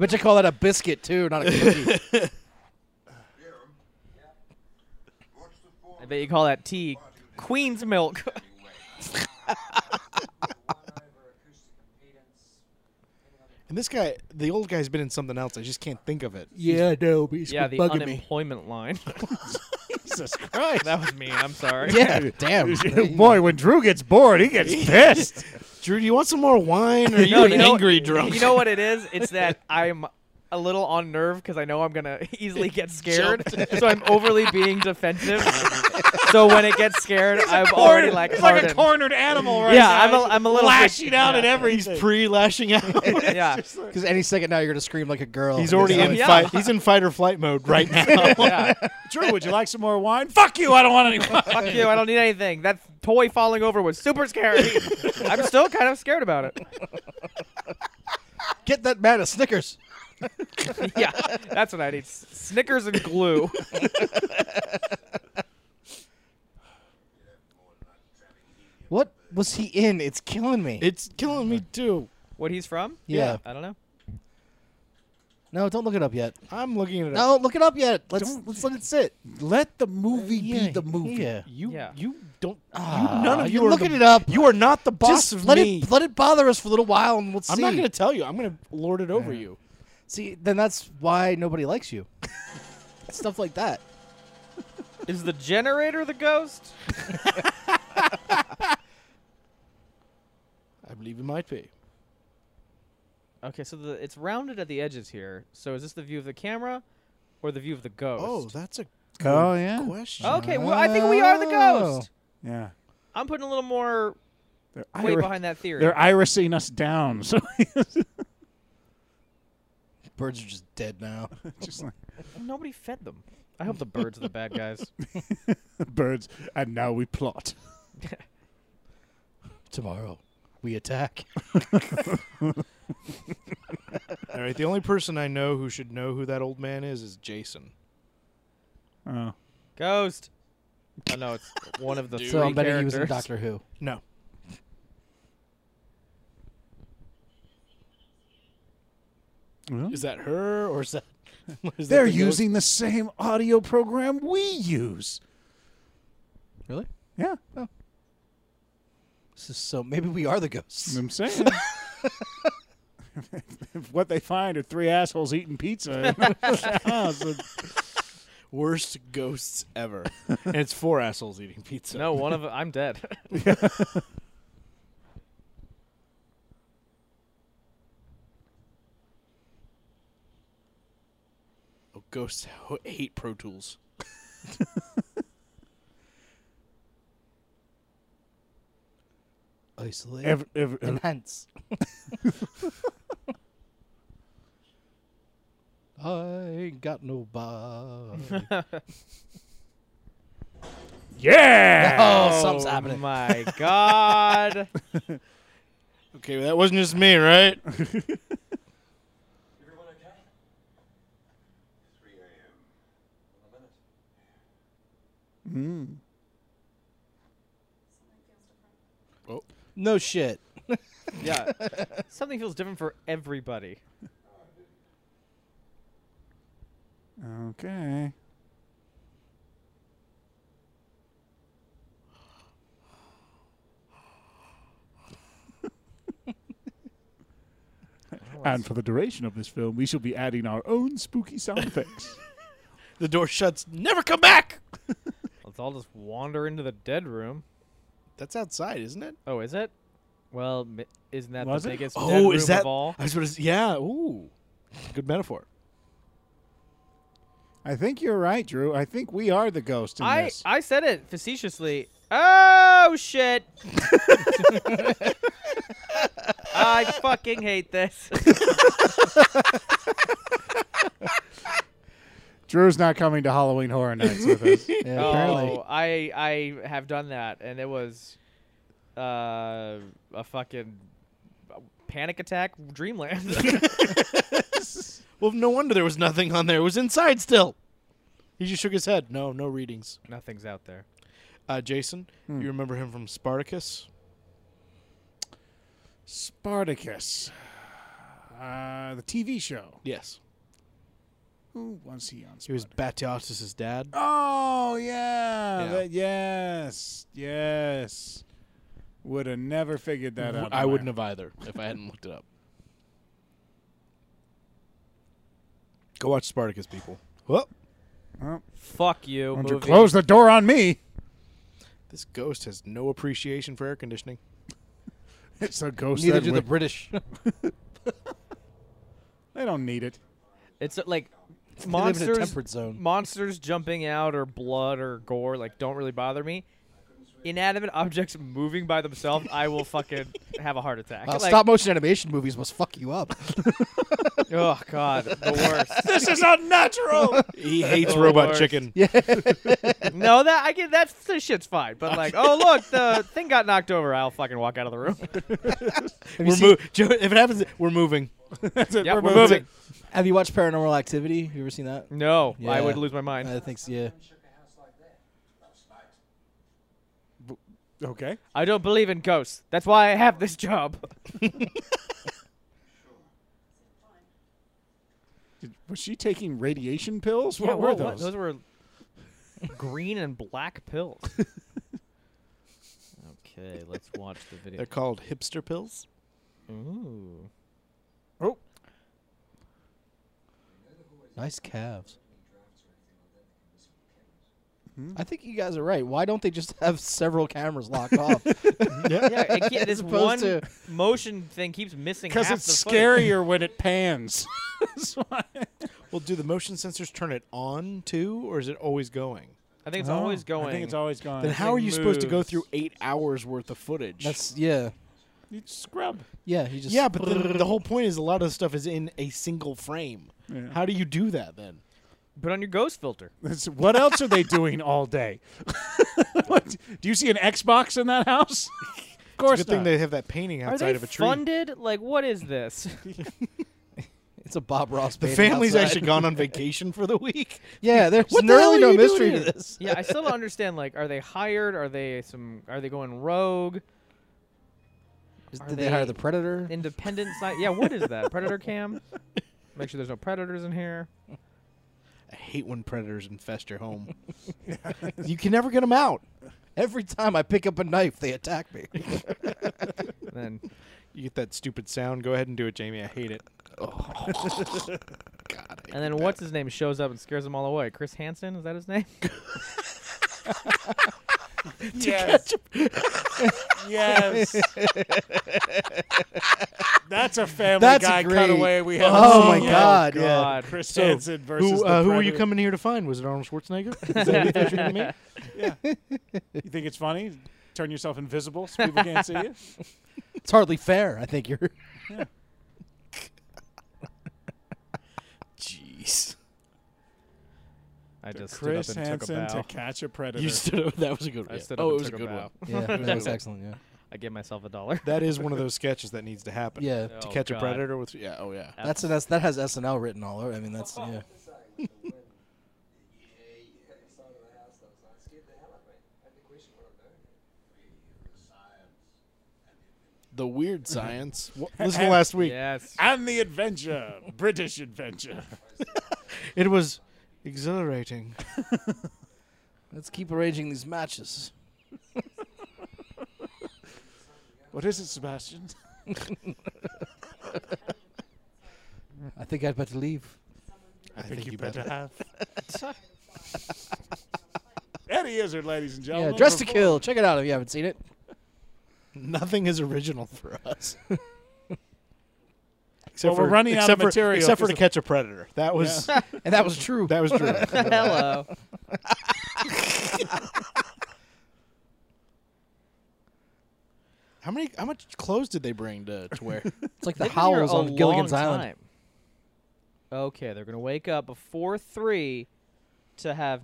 S3: bet you call that a biscuit too, not a cookie.
S6: Watch the
S5: I
S6: form
S5: bet you call that tea Queen's milk.
S6: anyway.
S2: And this guy, the old guy's been in something else. I just can't think of it.
S3: yeah, no, he's
S5: yeah, the unemployment line.
S8: Jesus Christ.
S5: that was mean. I'm sorry.
S3: Yeah, damn.
S8: Boy, when Drew gets bored, he gets pissed.
S2: Drew, do you want some more wine? Or are you
S5: No,
S2: an
S5: know-
S2: angry drunk?
S5: You know what it is? It's that I'm a little on nerve because I know I'm gonna easily get scared, so I'm overly being defensive. so when it gets scared, I'm already like,
S8: He's like a
S5: hardened.
S8: cornered animal right
S5: Yeah,
S8: now.
S5: I'm a- I'm a little bit-
S8: lashing out at
S5: yeah.
S8: everything.
S2: pre-lashing out.
S5: yeah.
S3: Because any second now you're gonna scream like a girl.
S2: He's already in
S5: Yeah.
S2: fight. He's in fight or flight mode right now.
S5: yeah.
S8: Drew, would you like some more wine? Fuck you, I don't want any wine.
S5: Fuck you. I don't need anything. That toy falling over was super scary. I'm still kind of scared about it.
S3: Get that man a Snickers.
S5: yeah, that's what I need. S- Snickers and glue.
S3: What was he in? It's killing me.
S2: it's killing me too.
S5: What he's from?
S3: Yeah.
S5: I don't know.
S3: no, don't look it up yet.
S2: I'm looking at it.
S3: No, look it up yet. Let's let's let it sit.
S1: Let the movie be the movie.
S3: Yeah.
S2: You
S5: Yeah.
S2: you don't.
S3: Ah,
S2: you, none of you
S3: you're
S2: are
S3: looking
S2: the,
S3: it up.
S2: You are not the boss
S3: Just
S2: of
S3: let
S2: me.
S3: it let it bother us for a little while, and we'll see.
S2: I'm not going to tell you. I'm going to lord it over you.
S3: see. Then that's why nobody likes you. Stuff like that.
S5: Is the generator the ghost?
S2: I believe it might be.
S5: Okay, so the, it's rounded at the edges here. So is this the view of the camera or the view of the
S3: Oh,
S5: ghost?
S2: that's a
S8: Oh, yeah.
S2: question.
S5: Okay, well, I think we are the ghost.
S8: Yeah.
S3: Oh.
S5: I'm putting a little more
S1: They're,
S5: weight
S1: iri-
S5: behind that theory.
S1: they're irising us down. So
S3: Birds are just dead now.
S1: just like
S5: Nobody fed them. I hope the birds are the bad guys.
S1: birds, and now we plot.
S3: Tomorrow, we attack.
S2: All right, the only person I know who should know who that old man is is Jason.
S1: Oh,
S5: Ghost. Oh no, it's one of the three
S3: so I'm betting he was
S5: characters.
S3: in Doctor Who.
S2: No.
S1: Well.
S2: Is that her or is that? is that
S1: they're
S2: the ghost?
S1: using the same audio program we use.
S3: Really?
S1: Yeah,
S3: This is so. Maybe we are the ghosts.
S1: I'm saying. if what they find are three assholes eating pizza. oh, so
S2: worst ghosts ever, and it's four assholes eating pizza.
S5: No, one of I'm dead.
S2: Oh, ghosts ho- hate Pro Tools.
S3: Isolate.
S1: ev- ev- ev-
S3: Enhance. I ain't got nobody.
S1: yeah.
S3: oh, something's happening.
S5: my god.
S2: Okay, well, that wasn't just me, right?
S6: Everyone okay? 3 a.m. On the minute.
S9: Something feels different.
S3: No shit.
S5: Yeah. Something feels different for everybody.
S1: Okay. And for the duration of this film, we shall be adding our own spooky sound effects.
S2: The door shuts. Never come back.
S5: Let's all just wander into the dead room.
S2: That's outside, isn't it?
S5: Oh, is it? Well, mi- isn't that
S1: Was it?
S5: the biggest dead
S2: Oh,
S5: room
S2: is that?
S5: of all?
S2: I was about to say- yeah. Ooh, good metaphor.
S1: I think you're right, Drew. I think we are the ghost in
S5: I
S1: this.
S5: I said it facetiously. Oh shit. I fucking hate this.
S1: Drew's not coming to Halloween Horror Nights with us.
S3: Yeah, apparently.
S5: Oh, I I have done that, and it was uh, a fucking panic attack dreamland.
S2: Well, no wonder there was nothing on there. It was inside still. He just shook his head. No, no readings.
S5: Nothing's out there.
S2: Uh, Jason, you remember him from Spartacus?
S1: Spartacus, uh, the TV show.
S2: Yes.
S1: Who was he on? Spartacus?
S2: He was Batiostas' dad.
S1: Oh yeah,
S2: Yeah.
S1: that- yes, yes. Would have never figured that out.
S2: I wouldn't have either if I hadn't looked it up. Go watch Spartacus, people. Well,
S5: Fuck you,
S1: Don't you
S5: movie.
S1: close the door on me.
S2: this ghost has no appreciation for air conditioning.
S1: It's a ghost.
S3: Neither
S1: that
S3: do the
S1: would-
S3: British.
S1: they don't need it.
S5: It's uh, like
S3: They live in a
S5: monsters,
S3: temperate zone.
S5: monsters jumping out or blood or gore like don't really bother me. Inanimate objects moving by themselves, I will fucking have a heart attack.
S3: Wow,
S5: Like,
S3: stop motion animation movies must fuck you up.
S5: Oh god, the
S1: This is unnatural.
S2: He hates
S5: The
S2: robot
S5: worst.
S2: chicken.
S5: worst. no, that I get that the shit's fine, but like, oh look, the thing got knocked over. I'll fucking walk out of the room.
S2: We're mo- Joe, if it happens, we're moving.
S5: Yep, we're
S2: moving.
S5: moving.
S3: Have you watched Paranormal Activity? Have you ever seen that?
S5: No, I would
S3: Yeah.
S5: lose my mind.
S3: I think so, yeah.
S6: Shook a house like that last night.
S1: okay.
S5: I don't believe in ghosts. That's why I have this job.
S9: Fine.
S1: Did- was she taking radiation pills?
S5: Yeah,
S1: what were
S5: whoa,
S1: those?
S5: Those were green and black pills. okay, let's watch the video.
S2: They're called hipster pills.
S5: Ooh.
S1: oh,
S3: Nice calves. I think you guys are right. Why don't they just have several cameras locked off?
S5: Yeah, it ke- this one
S3: opposed to-
S5: motion thing keeps missing.
S1: because
S5: half
S1: it's
S5: the footage.
S1: scarier when it pans. That's why.
S2: Well, do the motion sensors turn it on too, or is it always going?
S5: I I think it's always going.
S8: I think it's always going.
S2: Then how are you supposed to go
S8: moves.
S2: through eight hours worth of footage?
S3: That's yeah,
S8: You scrub.
S3: yeah. He just
S2: yeah, but the, the whole point is a lot of stuff is in a single frame. How do you do that then?
S5: Put on your ghost filter.
S8: It's- What else are they doing all day? What- do you see an Xbox in that house? of course
S2: Good thing
S8: not.
S2: they have that painting
S5: Are
S2: outside
S5: they
S2: of a tree.
S5: funded? Like, what is this?
S3: it's a Bob Ross.
S2: The
S3: painting
S2: family's
S3: outside.
S2: actually gone on vacation for the week.
S3: yeah. There's
S2: What the hell
S3: really
S2: are
S3: no
S2: you doing
S3: mystery to
S2: here?
S3: this.
S5: yeah, I still don't understand. Like, are they hired? Are they some? Are they going rogue?
S3: Did
S5: Are
S3: they,
S5: they-
S3: hire the predator?
S5: Independent side? Yeah, what is that? Predator cam? Make sure there's no predators in here.
S2: I hate when predators infest your home. you can never get them out.
S3: Every time I pick up a knife, they attack me.
S5: And then
S2: You get that stupid sound. Go ahead and do it, Jamie. I hate it.
S5: and then what's his name shows up and scares them all away. Chris Hansen is that his name?
S8: yes. yes. That's a family
S3: That's
S8: guy
S3: great.
S8: cutaway we have.
S3: Oh my God, yeah.
S5: God.
S8: Chris
S2: So,
S8: Hansen versus
S2: Who,
S8: the
S2: uh, who were you
S8: Predator.
S2: coming here to find? Was it Arnold Schwarzenegger? Is that what you're trying to me?
S8: You think it's funny? Turn yourself invisible so people can't see you.
S3: it's hardly fair. I think you're.
S2: Jeez.
S5: I just
S8: Chris
S5: stood up and
S8: Hansen
S5: took a
S8: to
S5: bow.
S8: catch a predator.
S2: You stood up. That was a good
S5: I
S2: one.
S5: stood up
S2: Oh, it
S5: and
S2: was a
S5: took a
S2: good
S5: bow.
S2: one.
S3: Yeah, that was excellent. Yeah,
S5: I give myself a dollar.
S2: That is one of those sketches that needs to happen.
S3: yeah.
S2: To
S5: Oh,
S2: catch a
S5: God.
S2: predator with. Yeah. Oh, yeah.
S3: That's, that's that has SNL written all over. I mean, that's yeah.
S6: Yeah, inside of the house, though, so it scared the hell out of me. I had to question what I'm doing.
S2: The weird science. Wha- Listen to last week.
S5: Yes.
S8: and the adventure, British adventure.
S2: It was exhilarating.
S3: Let's keep arranging these matches.
S8: What is it, Sebastian?
S3: I think I'd better leave.
S2: I, think, you
S8: better
S2: better.
S8: have. Eddie Izzard, ladies and
S3: Yeah,
S8: gentlemen.
S3: Dress to Kill. Check it out if you haven't seen it.
S2: Nothing is original for us. except
S8: Well, we're running out of
S2: except for,
S8: material
S2: Except for
S8: 'cause
S2: to
S8: of-
S2: catch a predator. That was
S3: And that was true.
S2: that was true.
S5: Hello.
S2: how many? How much clothes did they bring to, to wear?
S3: It's like the
S5: They've been here
S3: howls
S5: a
S3: on Gilligan's
S5: long
S3: Island.
S5: time. Okay, they're gonna wake up before three to have,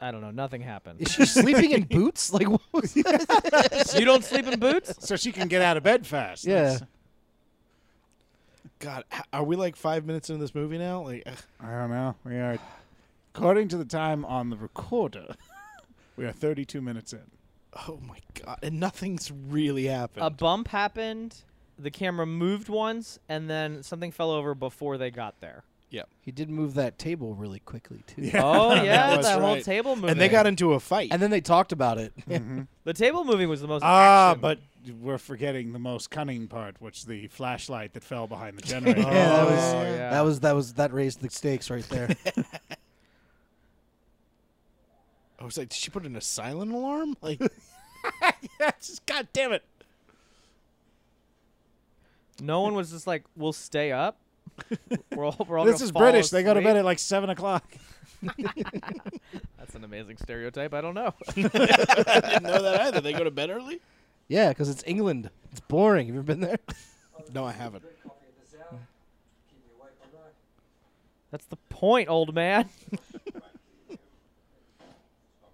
S5: I don't know, nothing happen.
S3: Is she sleeping in boots? Like what was that?
S5: you don't sleep in boots?
S8: So she can get out of bed fast.
S3: Yeah.
S8: That's-
S2: God, h- are we like five minutes into this movie now? Like, ugh.
S8: I don't know. We are, according to the time on the recorder, we are 32 minutes in.
S2: oh my god, and nothing's really happened.
S5: A bump happened. The camera moved once, and then something fell over before they got there.
S3: He did move that table really quickly too.
S8: Yeah.
S5: Oh
S8: That
S5: yeah,
S2: was
S5: that whole
S2: right.
S5: table moving.
S2: and they got into a fight.
S3: And then they talked about it.
S5: the table moving was the most.
S8: Ah,
S5: action.
S8: but we're forgetting the most cunning part, which the flashlight that fell behind the generator.
S3: Yeah, that was
S5: Oh, yeah.
S3: that was that was that raised the stakes right there.
S2: I was like, did she put in a silent alarm? Like,
S8: Oh, Just, God damn it.
S5: no one was just like, "We'll stay up." We're all, we're all
S8: This
S5: gonna
S8: is
S5: fall
S8: British. They go to
S5: asleep.
S8: bed at like 7 o'clock.
S5: That's an amazing stereotype. I don't know.
S2: I didn't know that either. They go to bed early?
S3: yeah, because it's England. It's boring. Have you ever been there?
S2: No, I haven't.
S6: Drink coffee at this hour. Keep me awake all night.
S5: That's the point, old man.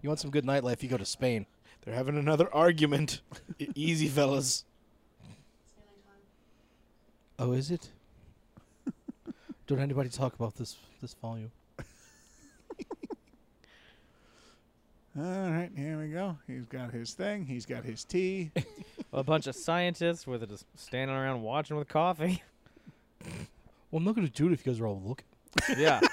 S3: You want some good nightlife? You go to Spain.
S2: They're having another argument. E- Easy, fellas.
S7: It's nearly time.
S3: Oh, is it? Don't anybody talk about this this volume.
S8: All right, here we go. He's got his thing. He's got his tea.
S5: a bunch of scientists with it just standing around watching with coffee.
S3: Well, I'm not gonna do it if you guys are all looking.
S5: Yeah.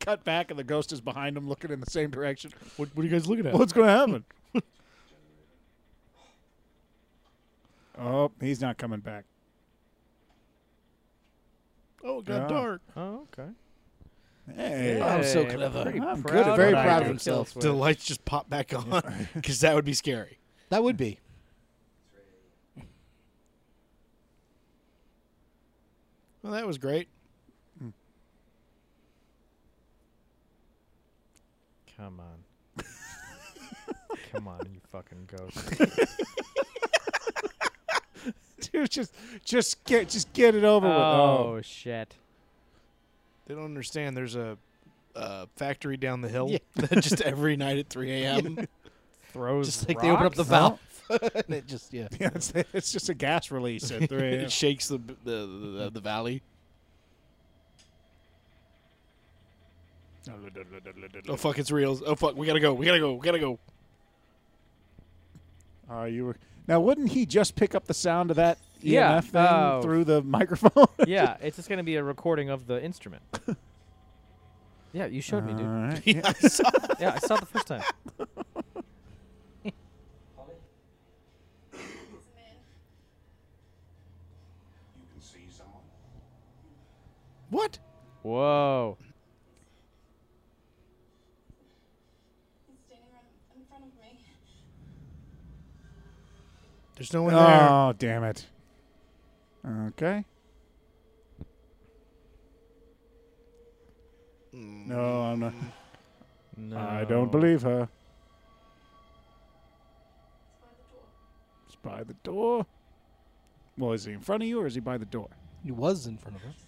S8: Cut back, and the ghost is behind him looking in the same direction.
S2: What, what are you guys looking at?
S8: What's going to happen? oh, he's not coming back.
S2: Oh, it got
S8: Yeah.
S2: dark.
S5: oh, okay.
S8: Hey.
S3: Oh, I'm so
S5: Hey,
S3: clever.
S5: pretty
S8: I'm good
S5: proud
S8: at
S3: Very
S8: what I
S3: proud
S8: do.
S3: of himself.
S5: Killswitch.
S2: The lights just pop back on because that would be scary.
S3: That would be.
S2: Well, that was great.
S5: Come on. Come on, you fucking ghost.
S8: Dude, just just get just get it over with.
S5: oh shit.
S2: They don't understand. There's a uh, factory down the hill.
S3: Yeah. just every night at 3 a.m.
S5: Throws
S3: just like they open up the
S5: rocks?
S3: valve. and it just, yeah.
S8: Yeah, it's, it's just a gas release at three. a.m.
S3: It shakes the, the, the, the, the valley. Oh, fuck, it's real. Oh, fuck, we gotta go. We gotta go. We gotta go.
S8: Are Uh, you were now? Wouldn't he just pick up the sound of that E EMF
S5: Yeah,
S8: thing
S5: oh.
S8: through the microphone?
S5: yeah, it's just gonna be a recording of the instrument. yeah, you showed me,
S3: Uh.
S5: dude.
S8: Alright.
S5: Yeah, I saw it the first time.
S6: Holly,
S7: It's a man.
S6: you can see someone.
S2: What?
S5: Whoa.
S7: He's standing right in front of me.
S2: There's no one
S3: Ah.
S2: there.
S8: Oh damn it! Okay.
S3: Mm.
S8: No, I'm not.
S5: No.
S8: I don't believe her.
S7: It's by the door.
S8: It's by the door. Well, is he in front of you or is he by the door?
S3: He was in front of us.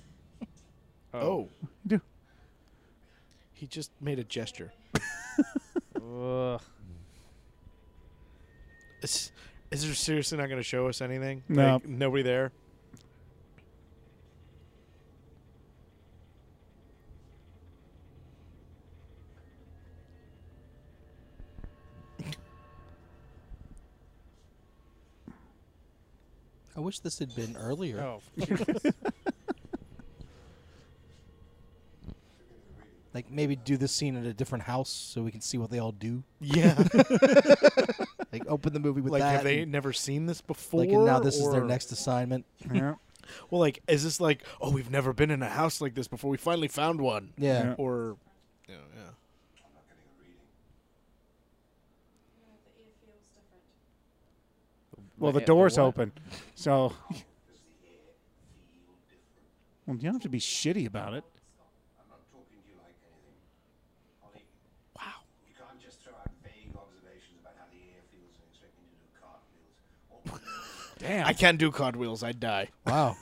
S2: Oh.
S8: Do-
S2: He just made a gesture.
S5: Ugh.
S2: Is, is there seriously not going to show us anything?
S8: No.
S2: Like, nobody there?
S3: I wish this had been earlier.
S5: Oh,
S3: Like maybe do this scene at a different house so we can see what they all do.
S2: Yeah.
S3: Like open the movie with
S2: like,
S3: that.
S2: have they
S3: and,
S2: never seen this before?
S3: like and now this is their
S2: or-
S3: next assignment.
S8: Yeah.
S2: Well, like, is this like, oh, we've never been in a house like this before. We finally found one.
S3: Yeah.
S8: Yeah.
S2: Or, yeah, yeah.
S7: No, the ear feels different.
S8: Well, the
S5: Yeah,
S8: door's
S5: what?
S8: open, so. Well, you don't have to be shitty about it.
S6: I'm not talking to you like anything. Holly. Wow. You can't just throw out vague observations about how the air feels and expect me to do cartwheels. All we know is
S8: Damn.
S2: I can't do cartwheels. I'd die.
S3: Wow.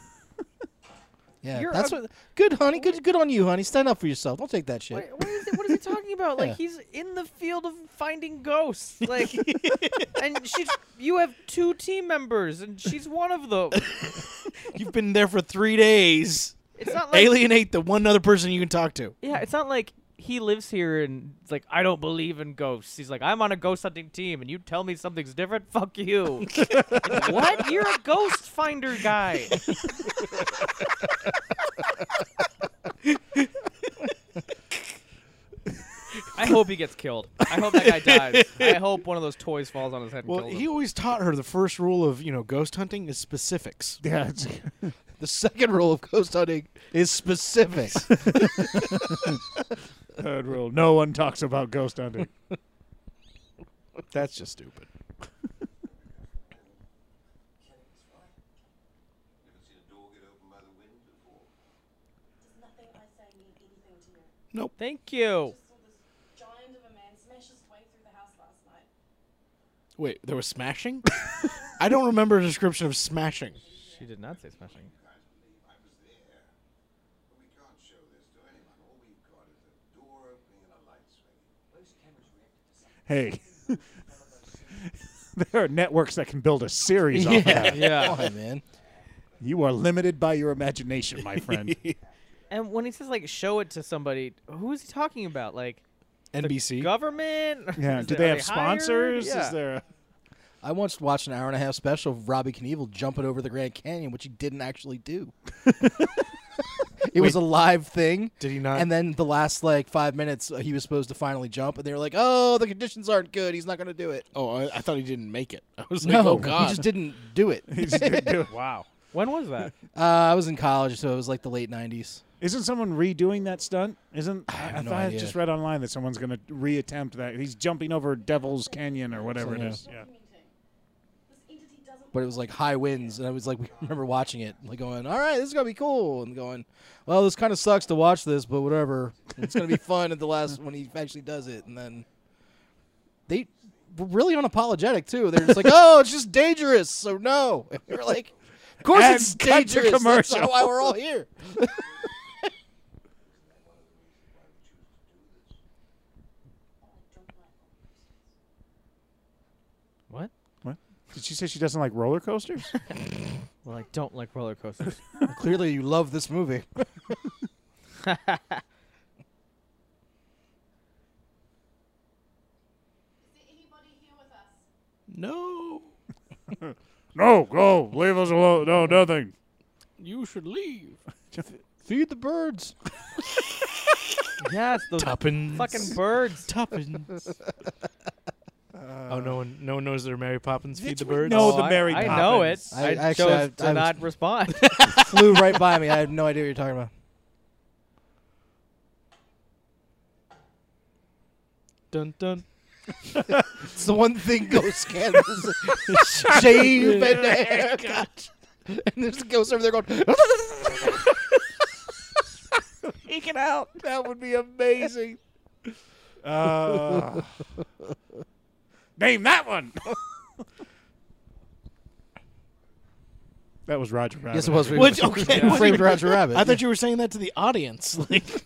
S3: yeah,
S5: You're
S3: that's
S5: a-
S3: what. Good, honey. Good, good on you, honey. Stand up for yourself. Don't take that shit.
S5: Wait, what, is it, what is he talking about? Like
S3: Yeah.
S5: he's in the field of finding ghosts. Like, and she's you have two team members, and she's one of them.
S2: You've been there for three days.
S5: It's not like
S2: Alienate the one other person you can talk to.
S5: yeah, it's not like he lives here and it's like I don't believe in ghosts. He's like I'm on a ghost hunting team, and you tell me something's different. Fuck you. what? You're a ghost finder guy. I hope he gets killed. I hope that guy dies. I hope one of those toys falls on his head and
S2: Well,
S5: kills him.
S2: he always taught her the first rule of you know ghost hunting is specifics.
S8: Yeah, it's-
S3: The second rule of ghost hunting is specific.
S8: third rule: no one talks about ghost hunting.
S2: That's just stupid.
S6: Kelly's right. Never seen a door get open by the wind before.
S7: Does nothing I say mean anything to you?
S5: Thank you.
S7: Just saw this giant of a man smash his way through the house last night.
S2: Wait, there was smashing. I don't remember a description of smashing.
S5: She did not say smashing.
S6: But we can't show this to anyone. All we've got is a door opening and a light swinging. Those cameras reacted to something.
S8: Hey, there are networks that can build a series off of that.
S5: Yeah.
S3: Come on, man.
S8: You are limited by your imagination, my friend.
S5: And when he says like show it to somebody, who is he talking about? Like
S2: NBC.
S5: government?
S8: Yeah.
S5: Is
S8: Do
S5: it-
S8: they
S5: are
S8: have
S5: hired?
S8: sponsors? Is
S5: Yeah.
S8: there? A,
S3: I once watched an hour and a half special of Robbie Knievel jumping over the Grand Canyon, which he didn't actually do. it was a live thing.
S2: Did he not?
S3: And then the last like five minutes, uh, he was supposed to finally jump, and they were like, "Oh, the conditions aren't good. He's not going to do it."
S2: oh, I, I thought he didn't make it. I was like,
S3: No,
S2: oh god.
S3: he just didn't do it.
S8: he just didn't do it.
S5: Wow. When was that?
S3: Uh, I was in college, so it was like the late '90s.
S8: Isn't someone redoing that stunt? Isn't I,
S3: have
S8: I
S3: no
S8: thought I
S3: idea.
S8: just read online that someone's going to reattempt that. He's jumping over Devil's Canyon or whatever it
S3: Yeah.
S8: is. Yeah.
S7: Documenting. This entity doesn't
S3: but it was like high winds, and I was like, we remember watching it, like going, all right, this is gonna be cool, and going, well, this kind of sucks to watch this, but whatever, it's gonna be fun at the last when he actually does it, and then they were really unapologetic too. They're just like, oh, it's just dangerous, so no. And we were like, of course
S8: And
S3: it's
S8: cut to
S3: dangerous. That's
S8: commercial.
S3: not why we're all here.
S5: What?
S8: Did she say she doesn't like roller coasters?
S5: Well, I don't like roller coasters.
S3: Clearly, you love this movie.
S7: Is there anybody here with us?
S2: No,
S8: no, go. Leave us alone. No, nothing.
S2: you should leave.
S3: Feed the birds.
S5: yes, those
S2: Tuppence.
S5: fucking birds.
S2: Tuppence. oh, no one, no one knows they're Mary Poppins. Feed the birds.
S8: know
S5: Oh,
S8: the
S5: I-
S8: Mary
S5: I, know it.
S8: Poppins.
S5: I,
S3: I- actually,
S5: chose
S3: I-
S5: to
S3: I was-
S5: not respond.
S3: Flew right by me. I have no idea what you're talking about.
S2: Dun dun.
S3: It's the one thing Ghost can is shave and a haircut. And there's a ghost over there going,
S8: Peeking out. That would be amazing. Uh, name that one. that was Roger Rabbit.
S3: Yes, it was. We
S2: Which- okay,
S3: we
S2: what
S3: framed
S2: do you-
S3: Roger Rabbit.
S2: I thought you were saying that to the audience. Like,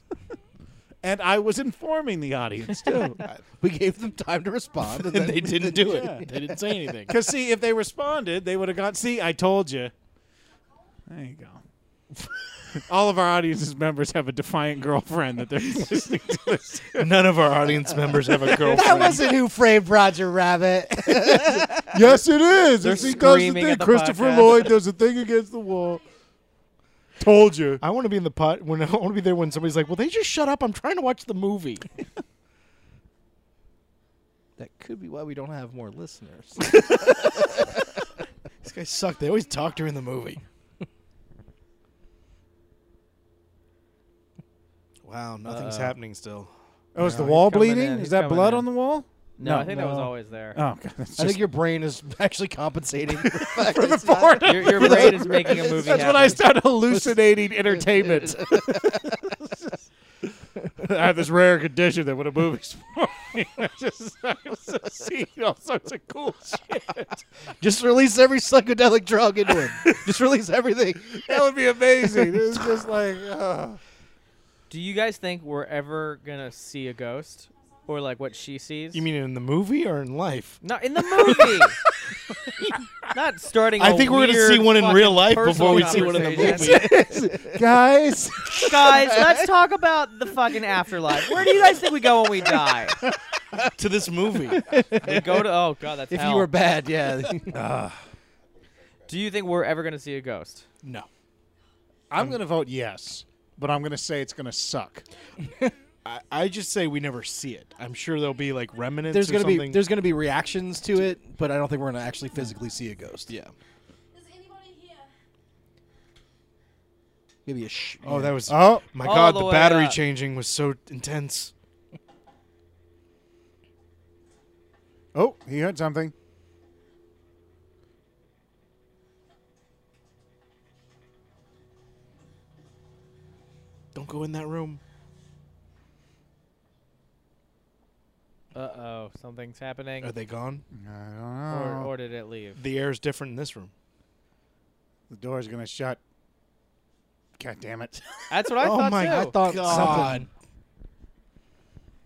S8: And I was informing the audience too.
S3: we gave them time to respond, and,
S2: and
S3: then
S2: they didn't do it.
S8: Yeah.
S2: They didn't say anything.
S8: Because see, if they responded, they would have gone. See, I told you. There you go. All of our audience members have a defiant girlfriend that they're listening to this.
S2: None of our audience members have a girlfriend.
S3: wasn't who framed Roger Rabbit.
S8: Yes, it is.
S5: They're It's because the screaming thing- at the Christopher podcast. Lloyd
S8: does a thing against the wall. Told you.
S2: I want to be in the pot when I want to be there when somebody's like, "Well, they just shut up. I'm trying to watch the movie."
S3: that could be why we don't have more listeners.
S2: These guys suck. They always talk during the movie. wow,
S8: Uh,
S3: Uh,
S2: nothing's happening still.
S8: Oh, is the
S5: No,
S8: wall
S5: he's coming
S8: bleeding?
S5: in.
S8: Is
S5: He's
S8: that
S5: coming
S8: blood
S5: in.
S8: on the wall?
S1: Oh,
S5: no, I think that was
S8: No.
S5: always there.
S8: Oh, God. That's
S3: I think
S8: just-
S3: your brain is actually compensating for, the
S5: Your, your brain is making a movie.
S8: That's when I
S5: happen.
S8: start hallucinating entertainment. I have this rare condition that when a movie's playing, I just I just see all sorts of cool shit.
S3: Just release every psychedelic drug into it. Just release everything.
S8: That would be amazing. It's just like, uh,
S5: Do you guys think we're ever gonna see a ghost, or like what she sees?
S2: You mean in the movie or in life?
S5: not in the movie? not starting. I
S2: I think we're
S5: going to
S2: see one in real life before we see one in the movie.
S8: guys,
S5: guys, let's talk about the fucking afterlife. Where do you guys think we go when we die?
S2: to this movie.
S5: We go to oh god, that's
S3: If
S5: hell.
S3: you were bad, yeah.
S5: do you think we're ever gonna see a ghost?
S2: No.
S8: I'm gonna vote yes, but I'm gonna say it's gonna suck.
S2: I, I just say we never see it. I'm sure there'll be like remnants
S3: there's
S2: or
S3: gonna be
S2: something.
S3: there's gonna be reactions to it, but I don't think we're gonna actually physically see a ghost. Yeah,
S7: Is anybody here?
S3: maybe a sh.
S2: oh, that was.
S8: Oh,
S2: my
S5: All
S2: God,
S5: the
S2: the,
S5: way
S2: battery
S5: up.
S2: changing was so intense.
S8: oh, he heard something.
S2: Don't go in that room.
S5: Uh oh, something's happening.
S2: Are they gone?
S8: I don't
S5: or,
S8: know.
S5: or did it leave?
S2: The air is different in this room.
S8: the door's gonna shut. God damn it!
S5: That's what I
S2: oh
S5: thought
S2: my
S5: too.
S3: I thought
S2: God.
S3: something.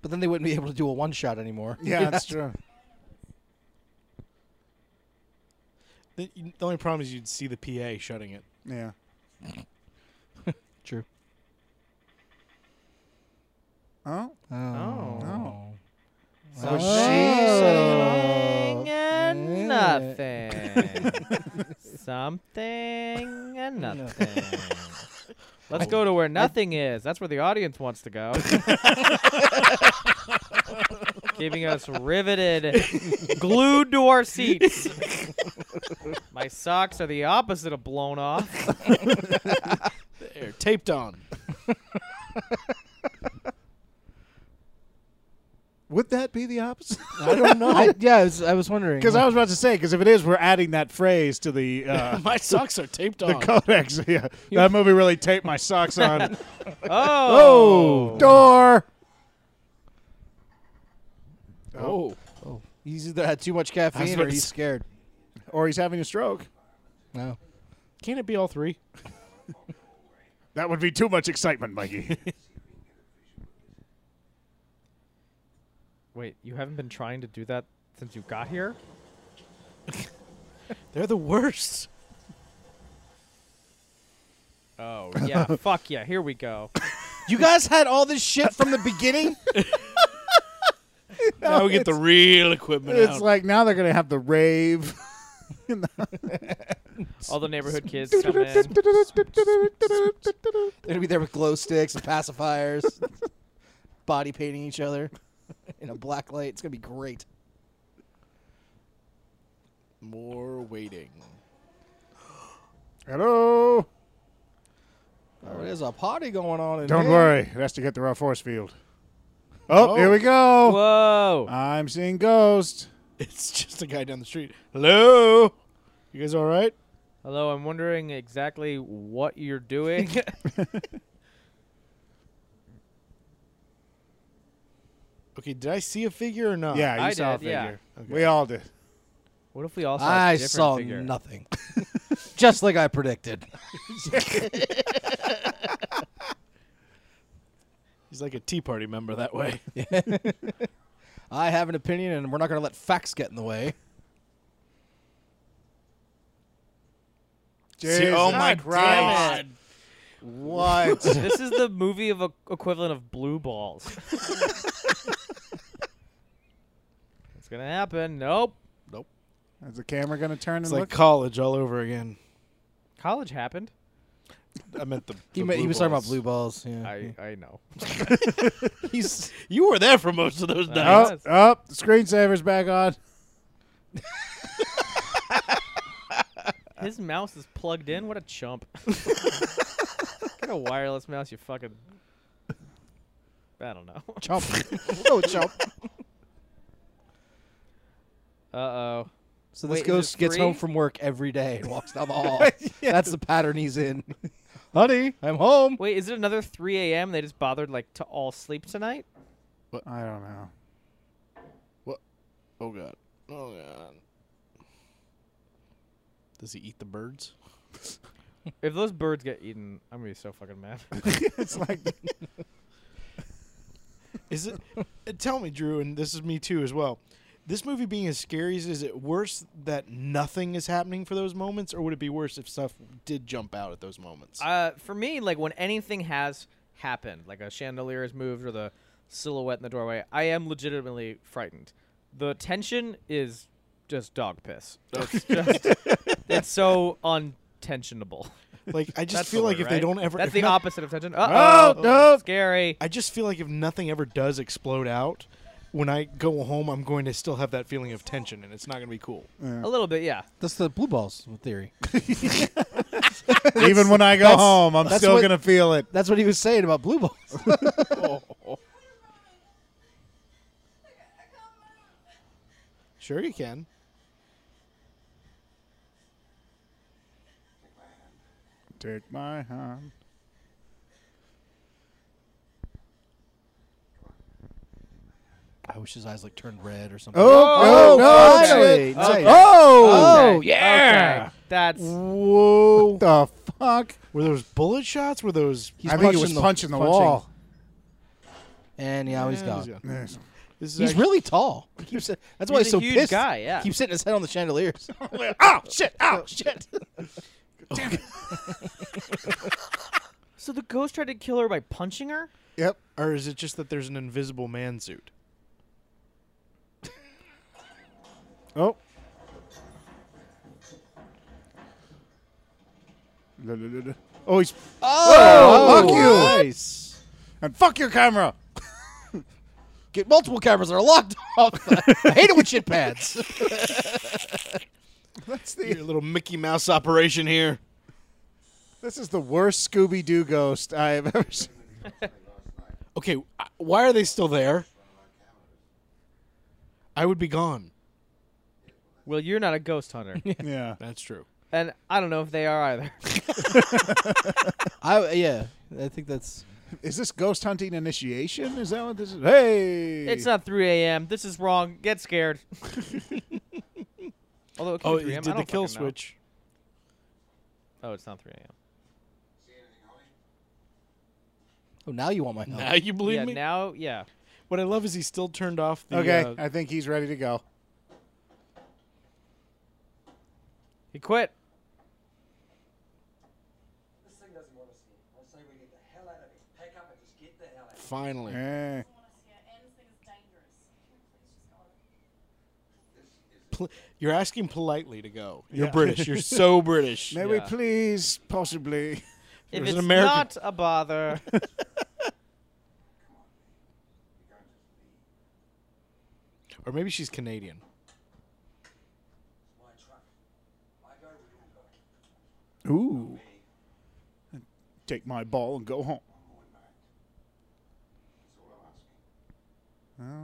S3: But then they wouldn't be able to do a one shot anymore.
S8: Yeah, that's true.
S2: The, the only problem is you'd see the PA shutting it.
S8: Yeah.
S3: True.
S8: Oh,
S5: Oh.
S8: Oh.
S5: So
S3: Oh.
S5: something and nothing. something and nothing. Let's go to where nothing is. That's where the audience wants to go. Keeping us riveted, glued to our seats. My socks are the opposite of blown off.
S2: There, taped on.
S1: Would that be the opposite?
S3: I don't know. I, yeah, I was, I was wondering.
S1: Because I was about to say, because if it is, we're adding that phrase to the uh,
S2: My socks are taped
S1: the
S2: on.
S1: codex. Yeah, that movie really taped my socks on.
S5: Oh,
S1: Door.
S2: oh.
S3: he's either had too much caffeine or
S2: about to
S3: he's
S2: say-
S3: scared.
S1: Or he's having a stroke.
S3: No.
S2: Can it be all three?
S1: That would be too much excitement, Mikey.
S5: wait, you haven't been trying to do that since you got here.
S2: They're the worst.
S5: Oh yeah, fuck yeah, here we go.
S3: You guys had all this shit from the beginning?
S2: now we get the real equipment
S1: it's
S2: out.
S1: like now they're gonna have the rave.
S5: All the neighborhood kids come in.
S3: They're gonna be there with glow sticks and pacifiers, body painting each other in a black light. It's gonna be great.
S2: More waiting.
S1: Hello.
S3: Oh, there's a party going on in
S1: Don't
S3: here.
S1: worry, it has to get through our force field. Oh, here we go.
S5: Whoa.
S1: I'm seeing ghosts.
S2: It's just a guy down the street. Hello. You guys all right?
S5: Hello, I'm wondering exactly what you're doing.
S2: Okay, did I see a figure or not?
S1: Yeah, you
S5: I
S1: saw
S5: did,
S1: a
S5: yeah.
S1: figure. We all did.
S5: what if we all saw a
S3: I
S5: different
S3: saw
S5: figure?
S3: nothing. Just like I predicted.
S2: He's like a Tea Party member that way.
S3: I have an opinion, and we're not gonna let facts get in the way.
S2: See, oh my
S1: Jesus
S2: god.
S1: Christ. What?
S5: this is the movie of a equivalent of blue balls. it's gonna happen. Nope.
S1: Is the camera going to turn
S2: It's
S1: and look?
S2: like college all over again.
S5: College happened.
S2: I meant the.
S3: He,
S2: the
S3: ma- he
S2: blue
S3: was talking about
S2: balls.
S3: blue balls. Yeah.
S5: I I know.
S3: He's
S2: You were there for most of those
S5: Uh,
S2: nights.
S1: Oh, oh, the screensaver's back on.
S5: His mouse is plugged in. What a chump. Get a wireless mouse, you fucking. I don't know.
S3: chump. oh, chump.
S5: Uh oh.
S3: So
S5: Wait,
S3: this
S5: is
S3: ghost
S5: it
S3: gets home
S5: free?
S3: from work every day and walks down the hall. That's the pattern he's in. Honey, I'm home.
S5: Wait, is it another 3 a.m.? They just bothered like to all sleep tonight.
S1: I don't know.
S2: Oh god. Oh god. Does he eat the birds?
S5: If those birds get eaten, I'm gonna be so fucking mad.
S1: It's like
S2: Is it? uh, tell me, Drew, and this is me too as well. This movie being as scary as is it worse that nothing is happening for those moments, or would it be worse if stuff did jump out at those moments?
S5: Uh, for me, like when anything has happened, like a chandelier is moved or the silhouette in the doorway, I am legitimately frightened. The tension is just dog piss. It's, just, it's so untensionable.
S2: like I just
S5: That's
S2: feel
S5: the
S2: like
S5: word,
S2: if they
S5: right?
S2: don't ever,
S5: That's
S2: if
S5: the
S2: no-
S5: opposite of tension. Uh oh,
S1: no.
S5: scary.
S2: I just feel like if nothing ever does explode out, when I go home, I'm going to still have that feeling of tension, and it's not going to be cool.
S5: A little bit, yeah.
S3: That's the blue balls theory.
S1: even when I go
S3: that's-
S1: home, I'm
S3: that's
S1: still
S3: what-
S1: going to feel it.
S3: That's what he was saying about blue balls.
S2: Sure, you can.
S1: Take my hand.
S3: I wish his eyes like turned red or something.
S1: Oh, no, no,
S3: finally.
S1: shit.
S3: Nice.
S1: Oh,
S5: Oh yeah. That's
S2: Whoa!
S1: the fuck?
S2: Were those bullet shots? Were those?
S3: He's
S1: I think he was punching the wall.
S3: And yeah, he's
S2: Yeah,
S3: gone.
S2: he's gone.
S1: Yes.
S2: This is
S3: He's
S2: actually-
S3: really tall. He keeps, that's why
S5: He's
S3: he's
S5: a
S3: so
S5: huge
S3: pissed.
S5: guy, yeah.
S3: Keeps hitting his head on the chandeliers.
S1: oh, shit. Oh,
S3: Shit.
S5: so the ghost tried to kill her by punching her.
S1: Yep.
S2: or is it just that there's an invisible man suit?
S1: Oh. Da-da-da-da. Oh, he's. Oh, fuck you.
S2: Nice.
S1: And fuck your camera.
S3: Get multiple cameras that are locked off. I hate it with shit pads.
S1: That's
S2: Your
S1: the.
S2: little Mickey Mouse operation here.
S1: This is the worst Scooby Doo ghost I have ever seen.
S2: Okay, uh, why are they still there? I would be gone.
S5: Well, you're not a ghost hunter,
S1: Yeah.
S2: That's true.
S5: and I don't know if they are either.
S3: I yeah, I think that's
S1: Is this ghost hunting initiation? Is that what this is? Hey.
S5: It's not 3 a.m. This is wrong. Get scared. Although it could
S2: Oh,
S5: be 3
S2: he
S5: a.m.
S2: did
S5: I
S2: the
S5: don't
S2: kill
S5: fucking know.
S2: switch.
S5: Oh, it's not 3 a.m.
S3: oh now you want my help.
S2: Now you believe
S5: yeah,
S2: me?
S5: now, yeah.
S2: What I love is he still turned off the.
S1: Okay,
S2: uh,
S1: I think he's ready to go.
S5: He quit.
S6: This thing doesn't want us here. I say we get the hell out of here. Pack up and just get the hell out.
S2: finally.
S1: Eh.
S7: want us here. And this thing is dangerous. Can we please just go?
S2: Pol- you're asking politely to go. You're British. You're so British.
S1: May we
S5: Yeah.
S1: please, possibly?
S5: If
S2: There's
S5: it's
S2: an American-
S5: not a bother,
S2: Or maybe she's Canadian.
S6: It's my truck. I go where you go.
S1: Ooh. Take my ball and go home.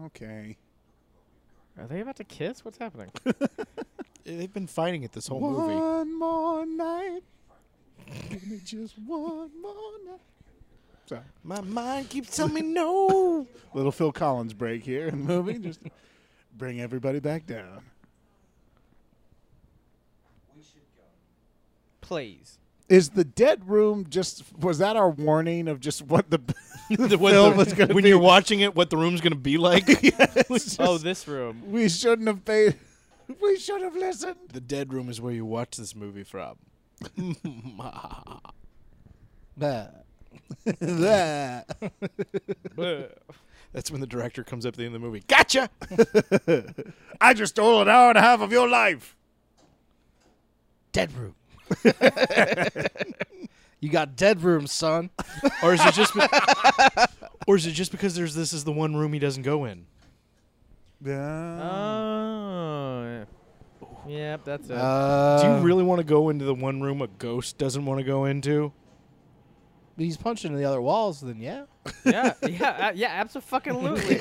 S1: Okay.
S5: are they about to kiss? What's happening?
S2: Eh, They've been fighting it this whole movie.
S1: One more night. Give me just one more night. Sorry.
S2: My mind keeps telling me no.
S1: Little Phil Collins break here in the movie. Just bring everybody back down.
S5: Please.
S1: Is the dead room just was that our warning of just what the, the
S2: What
S1: film
S2: the-
S1: was going to
S2: when
S1: be?
S2: you're watching it, what the room's going to be like.
S1: It's
S5: Oh,
S1: just-
S5: this room.
S1: we shouldn't have paid. We should have listened.
S2: The dead room is where you watch this movie from.
S3: Bah.
S1: That.
S2: That's when the director comes up at the end of the movie. Gotcha.
S1: I just stole an hour and a half of your life.
S3: Dead room. you got dead room, son.
S2: Or is it just? Be- or is it just because there's this is the one room he doesn't go in?
S5: Oh. Yep, that's it.
S2: Uh. Do
S1: Uh,
S2: you really want to go into the one room a ghost doesn't want to go into?
S3: He's punching the other walls. Then yeah.
S5: yeah, yeah, uh, yeah, absolutely.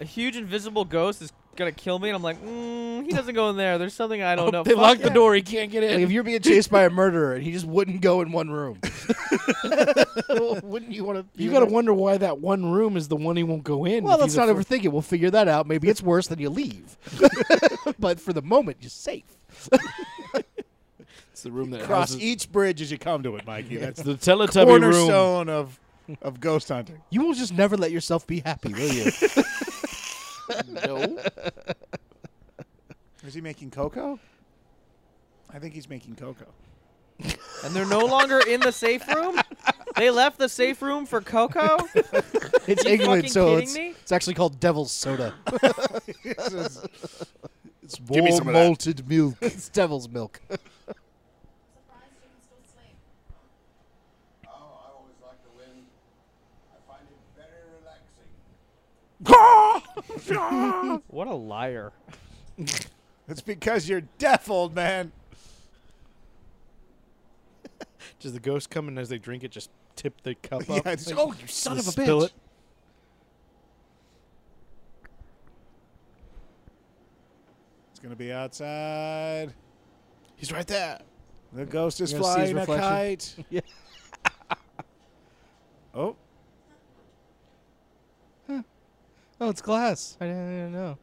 S5: a huge invisible ghost is gonna kill me, and I'm like, mm, he doesn't go in there. There's something I don't know.
S2: Oh, They
S5: Fuck
S2: locked
S5: yeah.
S2: the door. He can't get
S3: Like if
S2: in.
S3: you're being chased by a murderer and he just wouldn't go in one room, wouldn't you want to?
S2: You got to wonder why that one room is the one he won't go in.
S3: Well,
S2: if
S3: let's
S2: he's
S3: not
S2: afraid-
S3: overthink it. We'll figure that out. Maybe it's worse than you leave. but for the moment, you're safe.
S2: It's the room that
S1: Cross
S2: houses-
S1: each bridge as you come to it, Mikey. That's
S2: It's
S1: the
S2: the Teletubby room.
S1: cornerstone of of ghost hunting.
S3: You will just never let yourself be happy, will you?
S2: No.
S1: Is he making cocoa? I think he's making cocoa.
S5: and they're no longer in the safe room. They left the safe room for Coco.
S3: It's
S5: You
S3: England,
S5: fucking
S3: so
S5: kidding
S3: it's,
S5: me?
S3: it's actually called Devil's Soda.
S1: It's
S4: me
S1: warm
S4: some of that.
S1: malted milk.
S3: it's Devil's Milk.
S7: I'm surprised you can still sleep.
S6: Oh, I always like the wind. I find it very relaxing.
S5: What a liar!
S1: it's because you're deaf, old man.
S2: Does the ghost come and as they drink it, just tip the cup
S1: Yeah,
S2: up?
S1: it's- oh, you son of a
S2: spill
S1: bitch.
S2: it.
S1: It's gonna be outside.
S2: He's right there.
S1: The ghost is
S3: You're gonna see his
S1: flying a kite.
S3: reflection. Yeah.
S1: oh,
S3: Oh, it's glass. I didn't, I didn't know.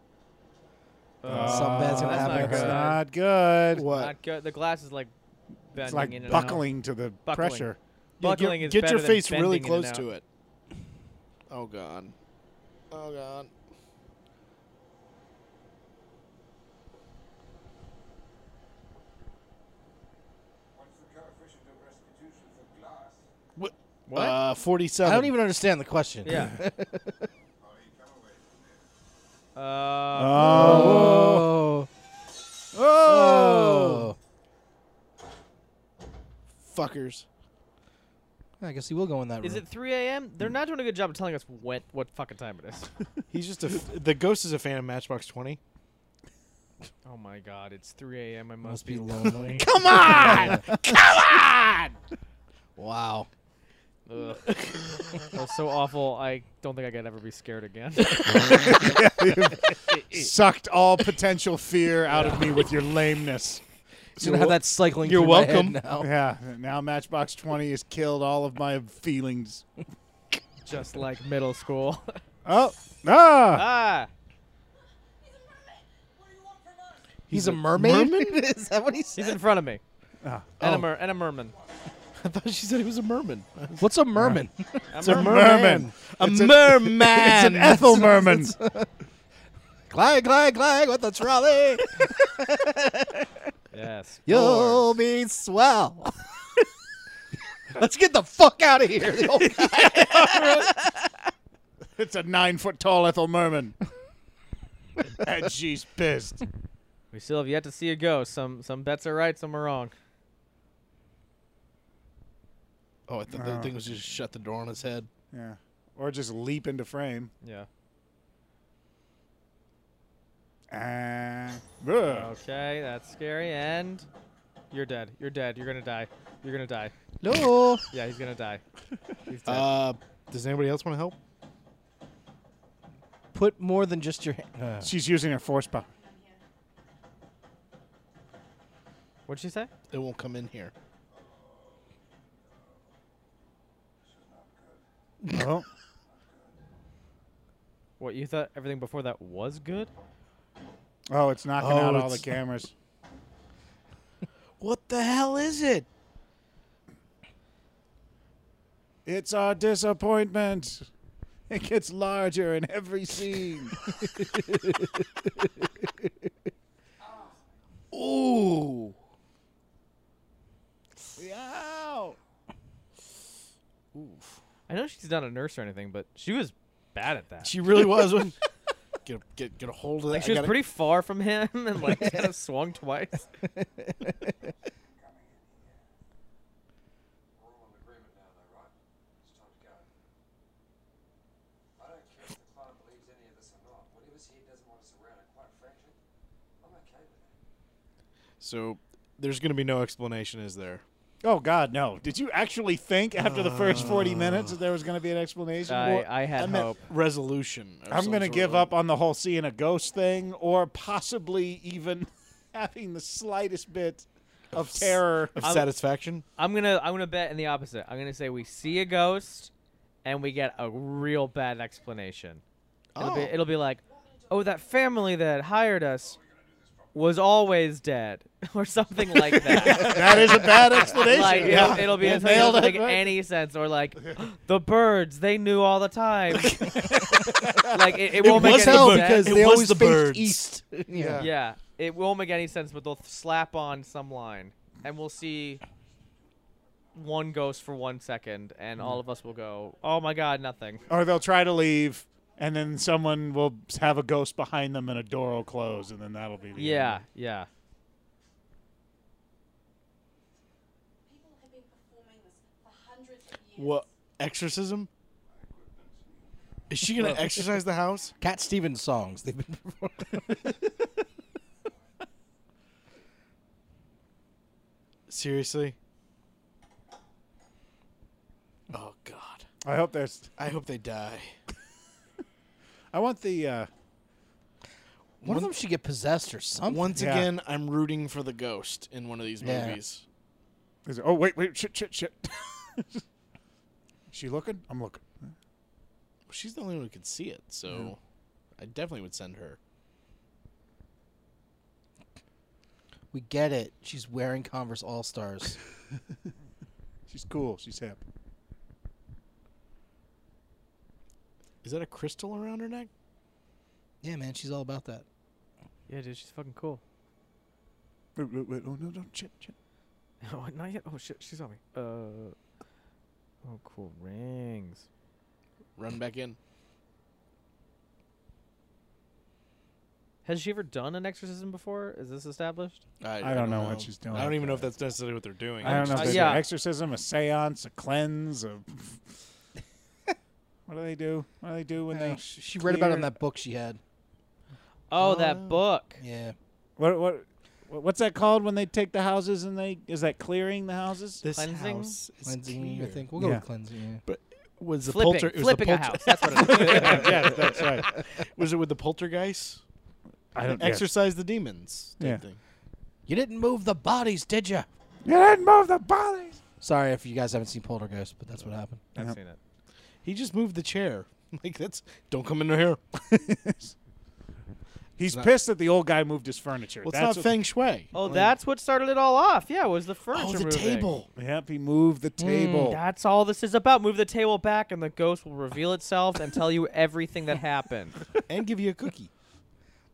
S5: Uh,
S3: Uh, Something bad's gonna
S5: that's
S3: happen.
S5: not
S1: it's
S5: good.
S1: not good.
S2: What?
S5: Not good. The glass is like bending
S1: It's
S5: in
S1: like
S5: and out.
S1: buckling to the
S5: Buckling.
S1: pressure.
S2: Yeah,
S5: Buckling
S2: get,
S5: is
S2: get
S5: better
S2: your
S5: than
S2: face really
S5: bending in and
S2: close
S5: out.
S2: to it. Oh god. Oh god.
S6: What's the coefficient of restitution for glass?
S2: What?
S5: What?
S2: Uh,
S3: I
S2: forty-seven.
S3: don't even understand the question.
S5: Yeah. Uh,
S1: Oh.
S3: Oh.
S1: Oh.
S3: Oh.
S2: fuckers.
S3: I guess he will go in that
S5: is
S3: room.
S5: it 3 a.m.? They're not doing a good job of telling us when, what fucking time it is.
S2: He's just a. F- the ghost is a fan of Matchbox Twenty.
S5: oh my god, it's 3 a.m. I must,
S3: Must
S5: be,
S3: be lonely.
S2: Come on.
S3: wow.
S5: Ugh. that was so awful. I don't think I could ever be scared again.
S1: Sucked all potential fear out of me with your lameness.
S3: So have that cycling.
S2: You're
S3: through my head
S2: welcome.
S3: now.
S1: Yeah, now Matchbox 20 has killed all of my feelings.
S5: Just like middle school.
S1: Oh, ah!
S5: ah,
S3: He's, a mermaid. Is that what he
S5: he's
S3: said?
S5: in front of me.
S1: Ah.
S5: And,
S3: Oh.
S5: a mer- and a merman.
S2: I thought she said he was a merman.
S3: What's a merman?
S5: A
S2: It's a
S5: merman.
S2: merman. A
S1: It's an-
S2: merman.
S1: It's an Ethel Merman.
S3: Clang, clang, clang with the trolley.
S5: Yes.
S3: You'll be swell. Let's get the fuck out of here. The old guy-
S1: It's a nine foot tall Ethel Merman. Oh, and she's pissed.
S5: We still have yet to see it go. Some some bets are right, some are wrong.
S2: Oh, I thought the thing was just shut the door on his head.
S1: Yeah. Or just leap into frame.
S5: Yeah.
S1: Ah. Ugh.
S5: Okay, that's scary. And you're dead. You're dead. You're gonna die. You're gonna die.
S2: No.
S5: Yeah, he's gonna die. He's dead.
S2: Uh, does anybody else want to help?
S3: Put more than just your uh, hand.
S1: She's using her force power.
S5: What'd she say?
S2: It won't come in here.
S3: Uh-huh.
S1: Oh.
S5: What you thought everything before that was good?
S1: Oh, it's knocking
S2: Oh,
S1: out all the
S2: it's-
S1: cameras.
S2: What the hell is it?
S1: It's our disappointment. It gets larger in every scene.
S2: Ooh.
S1: Ow.
S5: I know she's not a nurse or anything, but she was bad at that. She,
S2: She really was. When, get, a, get, get a hold of that. I
S5: was
S2: gotta-
S5: pretty far from him and like kind of swung twice.
S6: We're all in agreement now, though, right? It's time to go. I don't care if the client believes any of this or not. Whatever's here doesn't want us around, and quite frankly, I'm okay with it.
S2: So there's going to be no explanation, is there?
S1: Oh God, no! Did you actually think after the first forty minutes that there was going to be an explanation?
S5: Uh, I,
S1: Well,
S5: I had
S1: meant-
S5: hope.
S2: Resolution.
S1: I'm going to give up on the whole seeing a ghost thing, or possibly even having the slightest bit of terror.
S2: Of
S5: I'm-
S2: satisfaction.
S5: I'm gonna I'm gonna bet in the opposite. I'm gonna say we see a ghost and we get a real bad explanation. It'll be
S2: Oh.
S5: it'll be like, Oh, that family that hired us was always dead or something like that.
S1: that is a bad explanation.
S5: like it'll-
S1: yeah.
S5: it'll, be
S1: You
S5: it doesn't
S1: nailed it,
S5: make
S1: right?
S5: any sense or like the birds they knew all the time. like it, it won't make
S2: was
S5: any
S2: the
S5: sense.
S2: bird-
S3: because
S2: it
S3: they
S2: was
S3: always
S2: the
S3: faced
S2: birds.
S3: east. yeah.
S5: Yeah, it won't make any sense, but they'll slap on some line, and we'll see one ghost for one second, and all
S2: Mm-hmm.
S5: of us will go, "Oh my god, nothing."
S1: Or they'll try to leave, and then someone will have a ghost behind them, and a door will close, and then that'll be the
S5: Yeah,
S1: end.
S5: yeah.
S7: People have been performing this for hundreds of years.
S2: What? Exorcism? Is she going to exercise the house?
S3: Cat Stevens songs. They've been performing.
S2: Seriously? Oh, God.
S1: I hope there's.
S2: I hope they die.
S1: I want the. Uh,
S3: One of them should get possessed or something.
S2: Once
S1: Yeah.
S2: again, I'm rooting for the ghost in one of these
S3: Yeah.
S2: movies.
S1: is it, oh wait, wait, shit, shit, shit. she looking? I'm looking.
S2: She's the only one who could see it, so
S1: Mm-hmm.
S2: I definitely would send her.
S3: we get it. She's wearing Converse All Stars.
S1: She's cool. She's hip.
S2: Is that a crystal around her neck?
S3: yeah, man, she's all about that.
S5: Yeah, dude, she's fucking cool.
S1: Wait, wait, wait. Oh no, no, shit, shit.
S5: Oh, not yet. Oh shit, she's on me. Uh, oh, cool rings.
S2: Run back in.
S5: Has she ever done an exorcism before? Is this established?
S1: I don't know what she's doing.
S2: I don't even know if that's necessarily what they're doing.
S1: I don't know if
S5: Uh,
S1: there's
S5: yeah.
S1: an exorcism, a seance, a cleanse, a. what do they do? What do they do when
S3: Yeah,
S1: they?
S3: sh- she, read about it in
S1: clear-
S2: Uh,
S3: that book she had.
S5: Oh, that book.
S3: Yeah.
S1: What what
S8: Wh- What's that called when they take the houses and they is that clearing the houses?
S2: This
S5: Cleansing?
S2: house is
S3: Cleansing, I
S2: clear.
S3: think. We'll go
S8: Yeah.
S3: with cleansing. yeah.
S2: But was the
S5: Flipping,
S2: polter it was the
S5: flipping a
S2: polter-
S5: house. That's what it is.
S8: yeah, that's right.
S2: Was it with the poltergeist?
S8: I don't yeah.
S2: Exercise the demons. type
S8: Yeah.
S2: thing.
S3: You didn't move the bodies, did you?
S8: You didn't move the bodies.
S3: Sorry if you guys haven't seen Poltergeist, but that's what happened.
S5: I've seen it.
S2: He just moved the chair. Like that's don't come in here.
S8: He's pissed that the old guy moved his furniture.
S2: Well, it's
S8: That's
S2: not
S8: what-
S2: feng shui.
S5: Oh, that's what started it all off. Yeah, was the furniture
S2: Oh, the
S5: moving.
S2: table.
S8: Yep, he moved the table.
S5: That's all this is about. Move the table back, and the ghost will reveal itself and tell you everything that happened.
S2: and give you a cookie.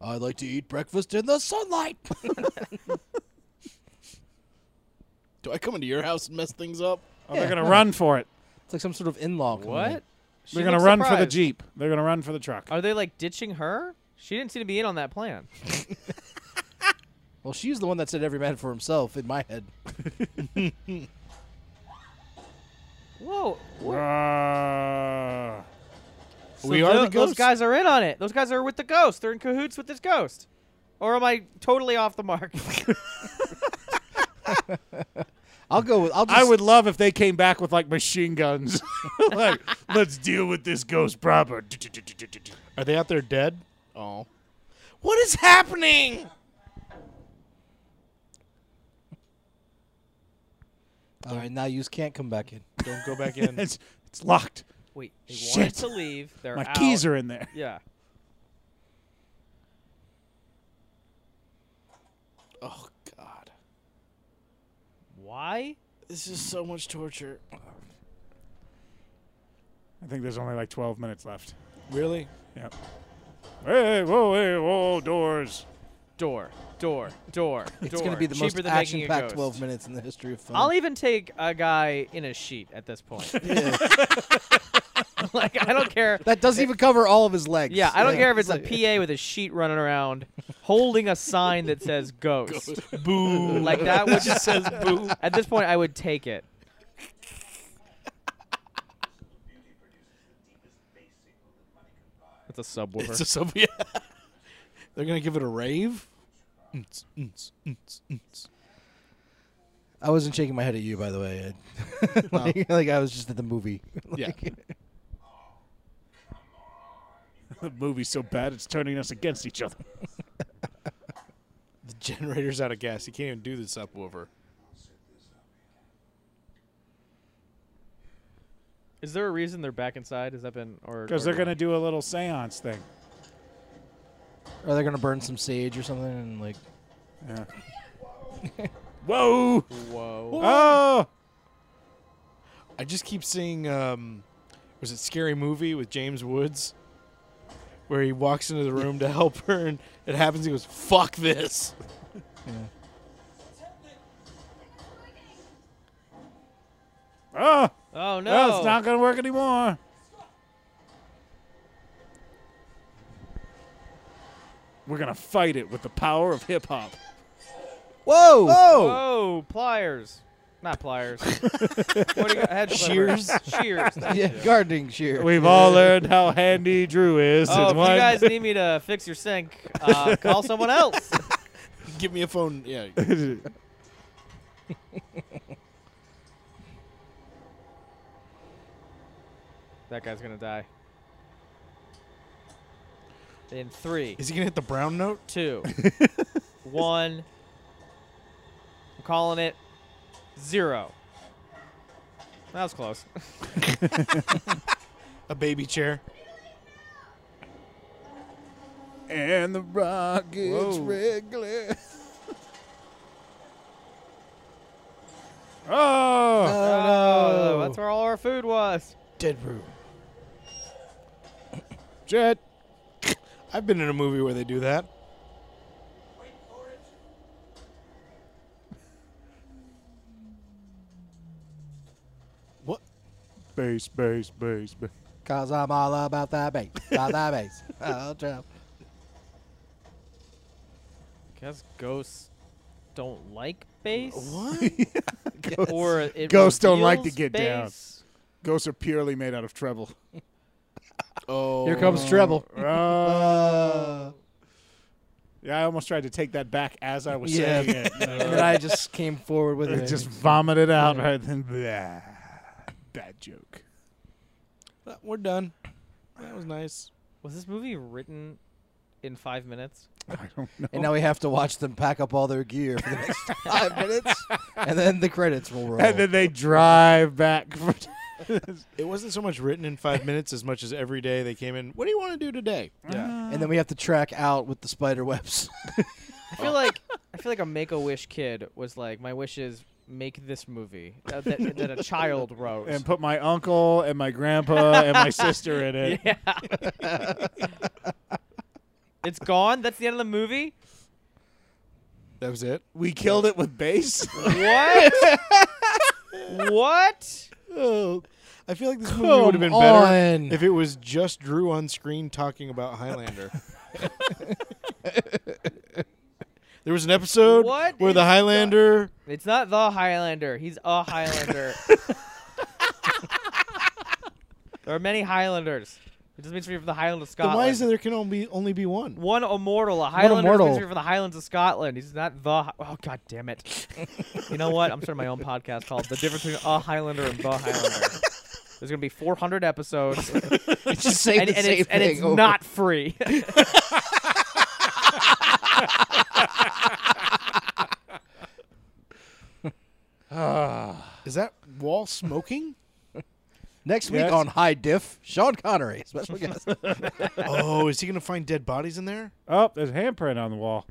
S3: I'd like to eat breakfast in the sunlight.
S2: Do I come into your house and mess things up?
S8: oh, they're
S3: Yeah.
S8: gonna run for it.
S3: it's like some sort of in-law. coming in.
S5: What? She
S8: They're gonna
S5: looked
S8: run for the
S5: surprised.
S8: jeep. They're gonna run for the truck.
S5: Are they like ditching her? She didn't seem to be in on that plan.
S3: Well, she's the one that said every man for himself in my head.
S5: Whoa.
S8: Uh, Ah.
S2: we are
S5: tho-
S2: the
S5: Those
S2: ghosts.
S5: guys are in on it. Those guys are with the ghost. They're in cahoots with this ghost. Or am I totally off the mark?
S3: I'll go with. I'll just,
S8: I would love if they came back with like machine guns. like, let's deal with this ghost proper.
S2: Are they out there dead? Oh. What is happening?
S3: All right, now you can't come back in.
S2: Don't go back in.
S8: It's it's locked.
S5: Wait, they wanted
S8: Shit.
S5: to leave. They're
S8: My
S5: out.
S8: keys are in there.
S5: Yeah.
S2: oh God.
S5: Why?
S2: This is so much torture.
S8: I think there's only like 12 minutes left.
S2: Really?
S8: Yep. Hey, whoa, hey, whoa, doors.
S5: Door, door, door, door.
S3: It's going to be the
S5: Cheaper
S3: most
S5: than making a
S3: action-packed
S5: ghost.
S3: 12 minutes in the history of film.
S5: I'll even take a guy in a sheet at this point. like I don't care.
S3: that doesn't even cover all of his legs.
S5: Yeah, I don't
S3: Like,
S5: care if it's a PA with a sheet running around holding a sign that says ghost. boo. Like that would just says boo. At this point I would take it. It's a subwoofer.
S2: It's a sub. Yeah. They're gonna give it a rave. Unts, unts, unts, unts.
S3: I wasn't shaking my head at you, by the way. Ed. like, like I was just at the movie.
S2: Yeah.
S8: The movie's so bad it's turning us against each other.
S2: The generator's out of gas. You can't even do the subwoofer.
S5: Is there a reason they're back inside? Has that been or
S8: Because
S5: or-
S8: they're going to do a little seance thing.
S3: Are they going to burn some sage or something? And like,
S8: Whoa!
S5: Whoa.
S8: Oh!
S2: I just keep seeing. Um, was it Scary Movie with James Woods, where he walks into the room to help her, and it happens. He goes, "Fuck this."
S8: Oh!
S5: Oh no.
S8: Well, it's not going to work anymore. We're going to fight it with the power of hip hop.
S3: whoa, whoa,
S5: Whoa, pliers. Not pliers. what do you got? Hedge
S2: Shears?
S5: clippers. Shears. that's
S3: yeah,
S5: it.
S3: gardening shears.
S8: We've all learned how handy Drew is.
S5: Oh,
S8: It's
S5: if you
S8: one-
S5: guys need me to fix your sink, uh, call someone else.
S2: Give me a phone. Yeah.
S5: That guy's gonna die. In three,
S2: Is he gonna hit the brown note?
S5: two, one. I'm calling it zero. That was close.
S2: A baby chair.
S8: and the rock gets
S5: Whoa.
S8: regular. oh!
S5: Oh, that's where all our food was.
S3: Dead room.
S8: Jet.
S2: I've been in a movie where they do that. What?
S8: Bass, bass, bass, bass.
S3: Cause I'm all about that bass. About that bass. I'll drop.
S5: Guess ghosts don't like bass.
S2: What?
S5: Or it
S8: Ghosts don't like to
S5: reveals
S8: get down.
S5: bass.
S8: Ghosts are purely made out of treble.
S2: oh. Uh,
S3: Uh, Here comes treble.
S8: Oh.
S1: Yeah, I almost tried to take that back as I was
S3: Yeah.
S1: saying it.
S3: and then I just came forward with
S1: It
S3: it.
S1: just vomited out right then. Blah. Bad joke.
S2: Uh, We're done. That was nice.
S5: Was this movie written in five minutes?
S1: I don't know.
S3: and now we have to watch them pack up all their gear for the next five minutes, and then the credits will roll.
S1: And then they drive back. For
S2: It wasn't so much written in five minutes as much as every day they came in. What do you want to do today? Yeah.
S3: and then we have to track out with the spider webs.
S5: I feel like I feel like a Make a Wish kid was like, my wish is make this movie uh, that, that a child wrote.
S1: and put my uncle and my grandpa and my sister in it.
S5: yeah. it's gone. That's the end of the movie.
S2: That was it.
S1: We killed it with bass.
S5: What? what?
S2: Oh, I feel like this movie
S3: Come
S2: would have been better
S3: on.
S2: if it was just Drew on screen talking about Highlander. there was an episode
S5: What
S2: where
S5: is
S2: the Highlander.
S5: It's not the Highlander. He's a Highlander. there are many Highlanders. It just makes me for the Highland of
S2: Then
S5: Scotland.
S2: why is it there can only be only be one?
S5: one immortal, a Highlander
S3: immortal.
S5: is for the Highlands of Scotland. He's not the. Hi- Oh God damn it! you know what? I'm starting my own podcast called "The Difference Between a Highlander and the Highlander." There's gonna be 400 episodes, and,
S3: it's just saying
S5: and it's, and it's not free. Uh,
S2: Is that wall smoking?
S3: Next week
S1: Yes.
S3: on High Diff, Sean Connery, special guest.
S2: oh, is he gonna find dead bodies in there?
S1: Oh, there's a handprint on the wall.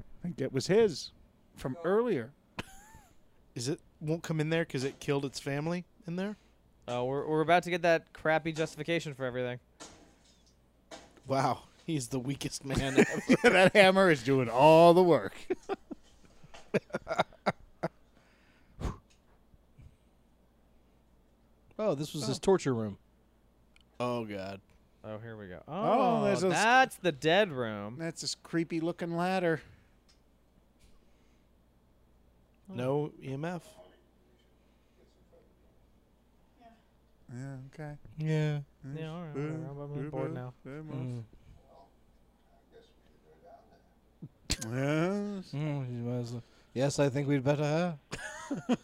S1: I think it was his from earlier.
S2: Is it won't come in there because it killed its family in there?
S5: Uh, we're we're about to get that crappy justification for everything.
S2: Wow, he's the weakest man ever.
S1: that hammer is doing all the work.
S3: oh, this was his torture room.
S2: oh God.
S5: Oh, here we go. Oh,
S1: there's those-
S5: that's the dead room.
S1: That's this creepy looking ladder.
S2: No E EMF.
S1: Yeah, okay.
S3: Yeah.
S5: Yeah, all right, all right, I'm bored now.
S1: Yes.
S3: Yes, I think we'd better have.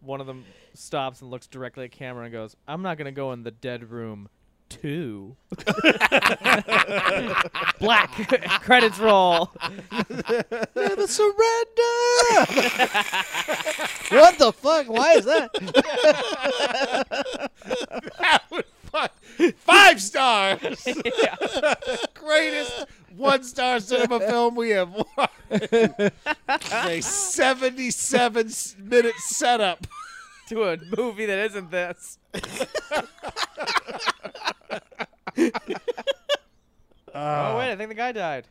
S5: One of them stops and looks directly at camera and goes, "I'm not gonna go in the dead room." Two. Black credits roll.
S3: Never surrender. what the fuck? Why is that?
S1: Five stars! Greatest one star cinema film we have watched. a 77 s- minute setup.
S5: to a movie that isn't this. oh wait, I
S1: Uh,
S5: think the guy died.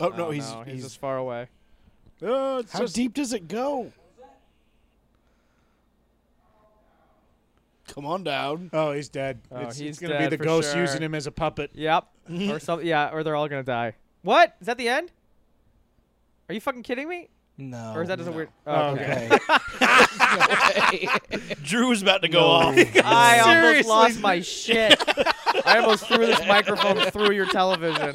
S2: Oh no, he's,
S5: no, he's,
S2: he's
S5: just far away.
S1: Oh, it's
S2: How
S1: just-
S2: deep does it go? Come on down.
S1: oh, he's dead.
S5: Oh,
S1: it's
S5: he's
S1: going to be
S5: dead
S1: the
S5: for
S1: ghost
S5: sure.
S1: using him as a puppet.
S5: Yep. or something. Yeah. Or they're all gonna die. What? Is that the end? Are you fucking kidding me?
S3: No.
S5: Or is that just a weird? Oh, okay.
S3: Okay.
S2: Drew was about to go off.
S5: I almost lost my shit. I almost threw this microphone through your television.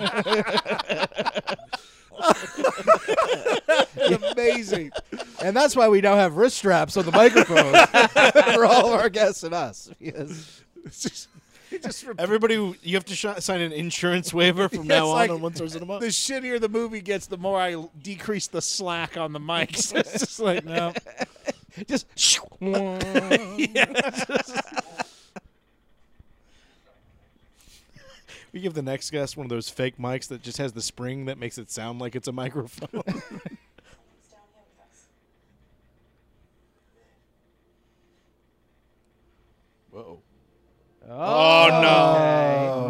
S3: Amazing. and that's why we now have wrist straps on the microphones for all of our guests and us. Yes.
S1: It's just, it just rep-
S2: Everybody, you have to sh- sign an insurance waiver from
S1: Yeah,
S2: now
S1: it's
S2: on
S1: like-
S2: on One Source in a
S1: the
S2: Month.
S1: shittier the movie gets, the more I l- decrease the slack on the mics. it's just like, no.
S3: Just.
S2: We give the next guest one of those fake mics that just has the spring that makes it sound like it's a microphone.
S7: It's down here with us.
S2: Whoa.
S5: Oh,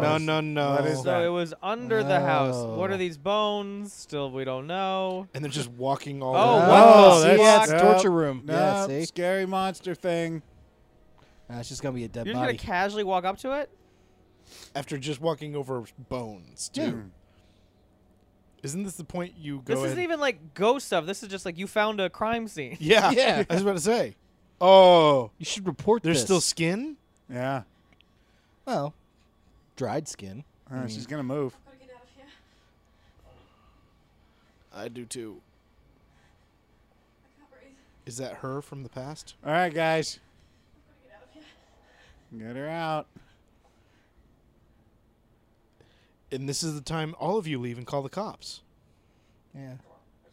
S2: no. No, no, no.
S5: So it was under the house. What are these bones? Still, we don't know.
S2: And they're just walking all
S5: Oh,
S2: over.
S5: what
S1: Oh,
S5: the
S1: that's-
S3: yeah, it's
S5: fuck?
S1: Nope.
S3: torture room. yeah,
S1: No,
S3: see?
S1: scary monster thing.
S3: Nah, it's just going to be a dead
S5: You're just
S3: body.
S5: gonna casually walk up to it?
S2: after just walking over bones, too. Isn't this the point you go
S5: this
S2: ahead-
S5: isn't even like ghost stuff. This is just like you found a crime scene.
S2: Yeah.
S3: Yeah.
S2: I was about to say. Oh.
S3: you should report
S2: There's
S3: this.
S2: still skin?
S1: Yeah.
S3: Well, dried skin.
S1: Uh, she's going to move.
S7: Gotta get out of here.
S2: I do too.
S7: I can't breathe.
S2: Is that her from the past?
S1: All right, guys.
S7: I've got to get out of here.
S1: Get her out.
S2: And this is the time all of you leave and call the cops.
S3: Yeah.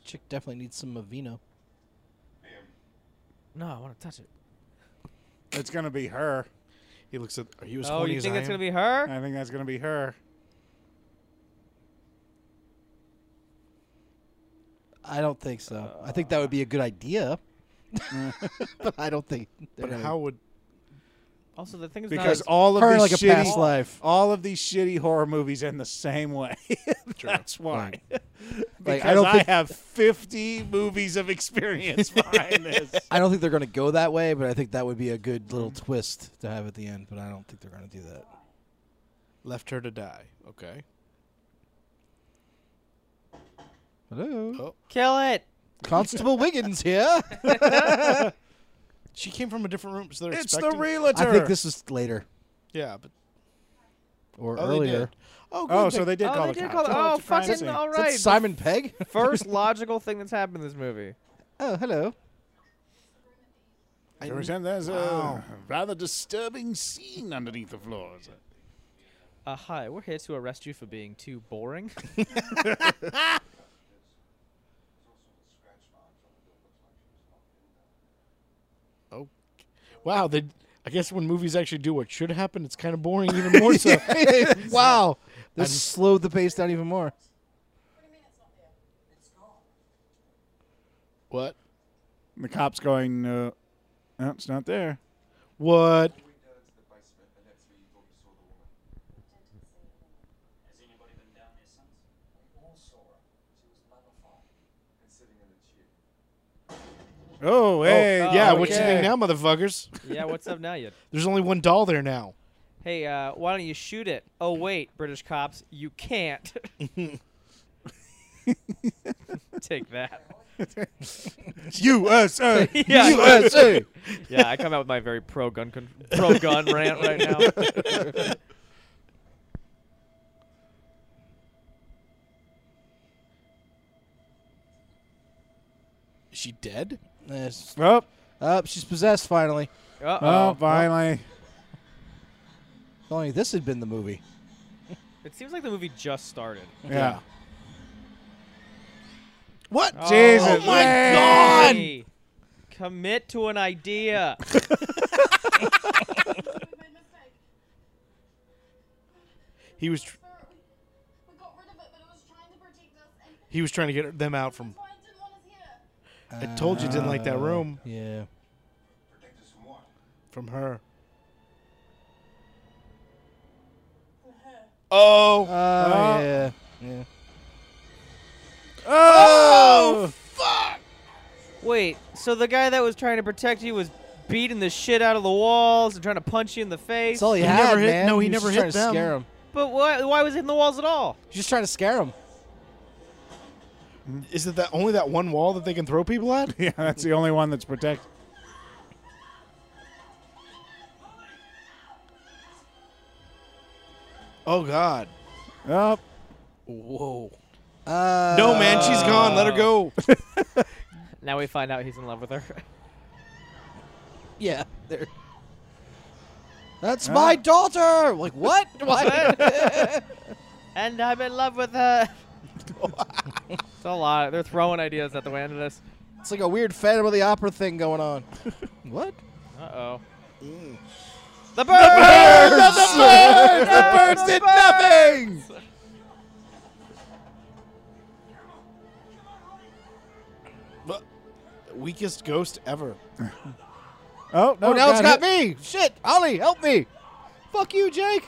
S3: Chick definitely needs some Avino.
S5: No, I want to touch it.
S1: It's going to be her.
S2: He looks at. Are you as
S5: Oh,
S2: horny
S5: you
S2: as
S5: think
S2: I
S5: that's
S2: am?
S5: gonna be her?
S1: I think that's going to be her.
S3: I don't think so. I think that would be a good idea. but I don't think. they're
S2: But
S3: gonna-
S2: how would?
S5: Also, the thing is
S1: Because
S5: not.
S1: all of
S3: Her in
S1: these
S3: like a
S1: shitty,
S3: past life.
S1: all of these shitty horror movies end the same way. that's why. because
S3: I don't
S1: I,
S3: think-
S1: have 50 movies of experience behind this.
S3: I don't think they're going to go that way, but I think that would be a good little twist to have at the end. But I don't think they're going to do that.
S2: Left her to die. Okay.
S3: Hello,
S2: Oh,
S5: Kill it.
S3: Constable Wiggins here.
S2: she came from a different room. So they're
S1: It's the
S2: expecting-
S1: realtor.
S3: I think this is later
S2: Yeah, but
S3: or
S2: oh, they
S3: earlier.
S2: did. Oh, good,
S1: oh, so they did call
S5: oh,
S1: the
S5: they did
S1: cops.
S5: call the.
S1: Oh,
S5: Oh,
S1: it's a crime
S5: fucking!
S1: scene.
S5: All
S3: Is that
S5: right. the
S3: Simon Pegg.
S5: First logical thing that's happened in this movie.
S3: Oh, hello.
S1: There was- and There's a rather disturbing scene underneath the floors.
S5: Uh, hi, we're here to arrest you for being too boring.
S2: Oh, wow. They. I guess when movies actually do what should happen, it's kind of boring even more so.
S3: wow, this slowed the pace down even more.
S2: What?
S1: The cops going, uh, no, it's not there.
S2: What?
S6: Has anybody been down there since? We all saw her. She was mummified. And sitting in a chair.
S1: Oh, hey,
S5: Oh,
S2: yeah,
S5: okay.
S2: what you think now, motherfuckers?
S5: yeah, what's up now, you?
S2: There's only one doll there now.
S5: Hey, uh, why don't you shoot it? Oh wait, British cops, you can't. Take that.
S1: USA.
S5: Yeah, I-
S3: USA.
S5: yeah. I come out with my very pro gun con- pro gun rant right now.
S2: Is she dead?
S3: Yes.
S1: oh,
S3: Up, she's possessed finally.
S5: Uh
S1: oh,
S5: oh.
S1: finally.
S3: If only this had been the movie.
S5: It seems like the movie just started.
S1: Yeah.
S2: What?
S1: Jesus.
S2: Oh my
S1: Hey.
S2: god!
S5: Hey, commit to an idea.
S7: We made a mistake.
S2: He was tr-
S7: But we, we got rid of it, but it was trying to protect us, and
S2: he was trying to get them out from.
S7: that's why it didn't want us here.
S2: I told you didn't like that room
S3: Yeah.
S6: Protect us from what?
S2: from her.
S3: Oh,
S2: Oh,
S3: yeah. Yeah.
S1: Oh,
S5: Wait, so the guy that was trying to protect you was beating the shit out of the walls and trying to punch you in the face.
S3: That's all he,
S2: He
S3: had,
S2: never hit-
S3: man.
S2: no, he
S3: was
S2: never
S3: just
S2: hit
S3: trying to
S2: them.
S3: Scare him.
S5: But why? Why was it in the walls at all?
S3: He's just trying to scare him.
S2: is it that only that one wall that they can throw people at?
S1: yeah, that's the only one that's protected.
S2: Oh god!
S1: Oh,
S2: Whoa!
S3: Uh,
S2: No man, she's gone. Let her go.
S5: Now we find out he's in love with her.
S3: Yeah. There.
S2: Uh.
S3: That's my daughter. Like what? Why?
S5: and I'm in love with her. it's a lot. They're throwing ideas at the end of this.
S3: it's like a weird Phantom of the Opera thing going on. what?
S5: Uh oh. The bird.
S1: the birds did nothing.
S2: But- Weakest ghost ever.
S1: Oh, no,
S3: Oh, now it's got
S1: hit.
S3: me. Shit, Ollie, help me. Fuck you, Jake.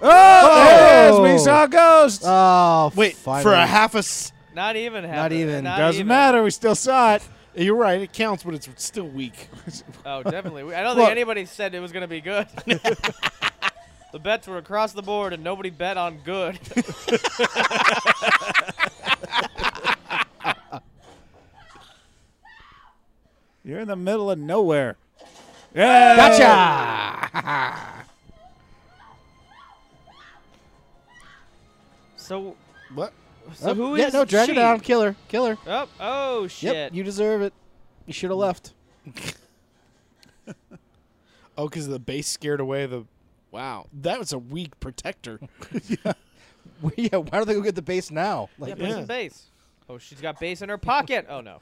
S1: Oh,
S3: Oh.
S1: there it is. We saw ghosts.
S3: Oh,
S2: Wait
S3: finally.
S2: for a half a. S-
S5: Not even. Happened.
S3: even.
S5: Not
S1: Doesn't
S5: even.
S1: matter. We still saw it.
S2: You're right. It counts, but it's still weak.
S5: Oh, definitely. We- I don't
S1: Look.
S5: think anybody said it was going to be good. the bets were across the board, and nobody bet on good.
S1: You're in the middle of nowhere. Yeah.
S5: so,
S2: What?
S5: So
S3: Oh,
S5: who is
S3: yeah, no, drag
S5: she?
S3: her down. Kill her. Kill her.
S5: Oh, oh shit.
S3: Yep, you deserve it. You should have left.
S2: Oh, because the base scared away the. Wow, that was a weak protector.
S3: yeah, why don't they go get the base now?
S5: yeah,
S3: Like,
S5: put some bass. Oh, she's got bass in her pocket. Oh no.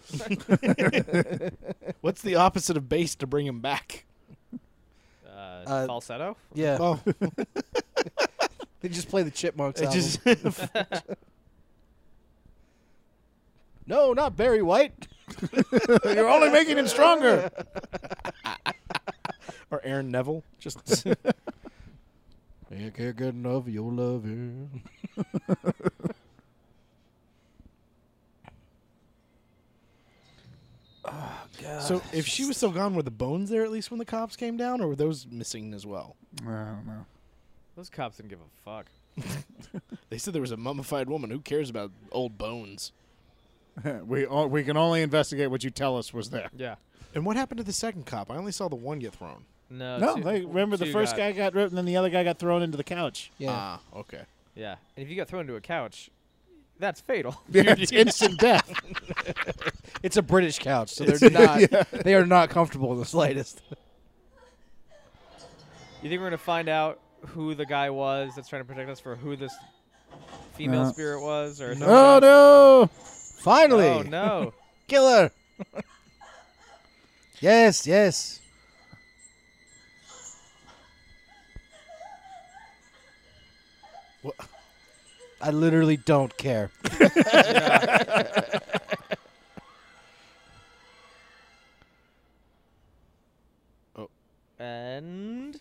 S2: What's the opposite of base to bring him back?
S5: Uh, falsetto.
S3: yeah,
S2: Oh,
S3: they just play the Chipmunks.
S2: it
S3: album.
S2: just
S3: no, not Barry White.
S1: You're only making him stronger.
S2: or Aaron Neville. Just
S3: I can't get enough of your lover.
S2: so if she was still gone, were the bones there at least when the cops came down, or were those missing as well?
S1: I don't know.
S5: Those cops didn't give a fuck.
S2: They said there was a mummified woman. Who cares about old bones?
S1: Uh, we all, we can only investigate what you tell us was there.
S5: Yeah.
S2: And what happened to the second cop? I only saw the one get thrown.
S5: No.
S8: No,
S5: two-
S8: they, remember the
S5: two
S8: first
S5: got-
S8: guy got ripped, and then the other guy got thrown into the couch.
S3: Yeah,
S2: Ah, okay.
S5: Yeah, and if you got thrown to a couch, that's fatal.
S1: Yeah, it's instant death.
S3: it's a British couch, so they're not. They are not comfortable in the slightest.
S5: You think we're gonna find out who the guy was that's trying to protect us for who this female
S1: No.
S5: spirit was, or something?
S1: oh no!
S3: Finally,
S5: Oh no!
S3: kill her. yes, yes.
S2: What?
S3: I literally don't care.
S5: And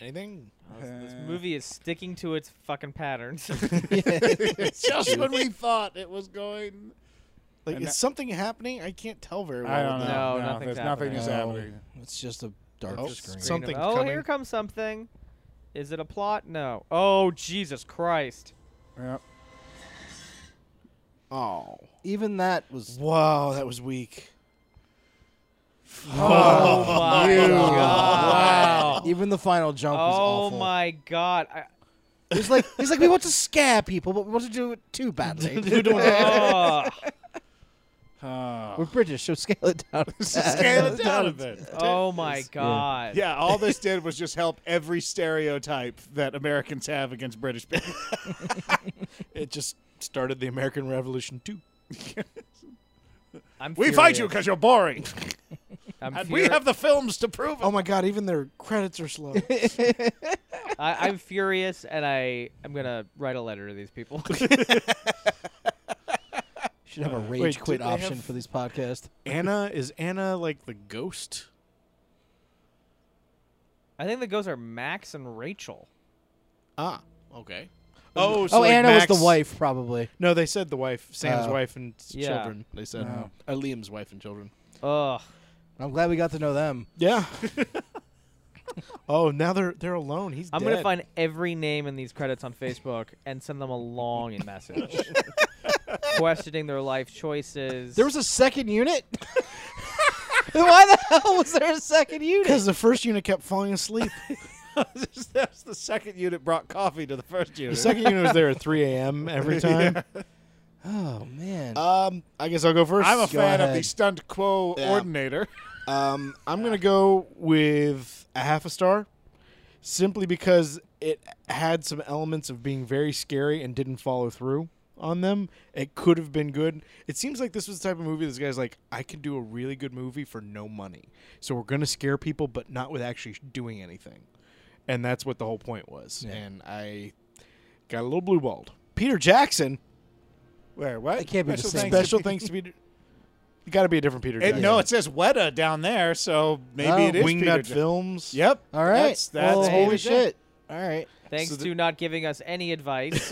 S2: Anything?
S5: this
S1: Uh,
S5: movie Oh, is sticking to its fucking patterns.
S1: Just when we thought it was going.
S2: Like,
S1: And
S2: is
S1: that-
S2: something happening? I can't tell very well.
S1: I don't know.
S2: with that.
S5: No,
S1: no,
S5: nothing's
S1: there's nothing
S5: happening.
S1: is happening.
S3: It's just a dark
S2: Oh,
S3: screen.
S2: some- Something's
S5: oh,
S2: coming.
S5: here comes something. Is it a plot? No. Oh Jesus Christ!
S1: Yeah.
S2: Oh.
S3: Even that was
S2: Wow, that was weak.
S5: Oh, my god!
S3: even the final jump was
S5: Oh
S3: awful.
S5: my god! I,
S3: He's like he's like we want to scare people, but we want to do it too badly.
S5: oh,
S3: We're British, so scale it down.
S1: Scale it down a bit.
S5: oh my god!
S1: Yeah, all this did was just help every stereotype that Americans have against British people.
S2: It just started the American Revolution too.
S5: I'm
S1: We fight
S5: furious.
S1: you because you're boring,
S5: I'm
S1: and
S5: furi-
S1: we have the films to prove it.
S2: Oh my god, even their credits are slow.
S5: I, I'm furious, and I I'm gonna write a letter to these people.
S3: Should have a rage
S2: wait,
S3: quit
S2: did they
S3: option
S2: have-
S3: for these podcasts.
S2: Anna is Anna like the ghost?
S5: I think the ghosts are Max and Rachel.
S2: Ah, okay. Oh,
S3: oh,
S2: like,
S3: Anna was
S2: Max-
S3: the wife, probably.
S2: No, they said the wife, Sam's
S3: Oh.
S2: wife and s-
S5: Yeah.
S2: children. They said
S1: Oh.
S2: uh, Liam's wife and children.
S5: Ugh.
S3: I'm glad we got to know them.
S2: Yeah. oh, now they're they're alone. He's.
S5: I'm
S2: dead.
S5: gonna find every name in these credits on Facebook and send them a long message, questioning their life choices.
S3: There was a second unit. Why the hell was there a second unit?
S2: because the first unit kept falling asleep.
S1: That's the second unit brought coffee to the first
S2: the
S1: unit.
S2: second unit was there at 3 a.m. every time.
S3: Oh man.
S2: Um, I guess I'll go first.
S1: I'm a
S3: Go
S1: fan of the
S3: ahead.
S1: stunt quo
S2: Yeah.
S1: ordinator.
S2: Um, I'm gonna go with a half a star, simply because it had some elements of being very scary and didn't follow through on them. It could have been good. It seems like this was the type of movie this guy's like, I can do a really good movie for no money, so we're gonna scare people, but not with actually doing anything, and that's what the whole point was. And I got a little blue balled. Peter Jackson.
S1: Where what?
S3: It can't be the
S1: Special thanks
S3: same.
S1: to
S2: Special thanks to Peter. Got to be a different Peter.
S1: It,
S2: Jackson.
S1: No, it says Weta down there, so maybe
S3: Oh.
S1: it is
S2: Wingnut
S1: Peter Jack-
S2: Films.
S1: Yep.
S3: All right.
S1: That's, that's
S3: Well,
S1: Peter
S3: holy
S1: Jack-
S3: shit. All right.
S5: Thanks to not giving us any advice.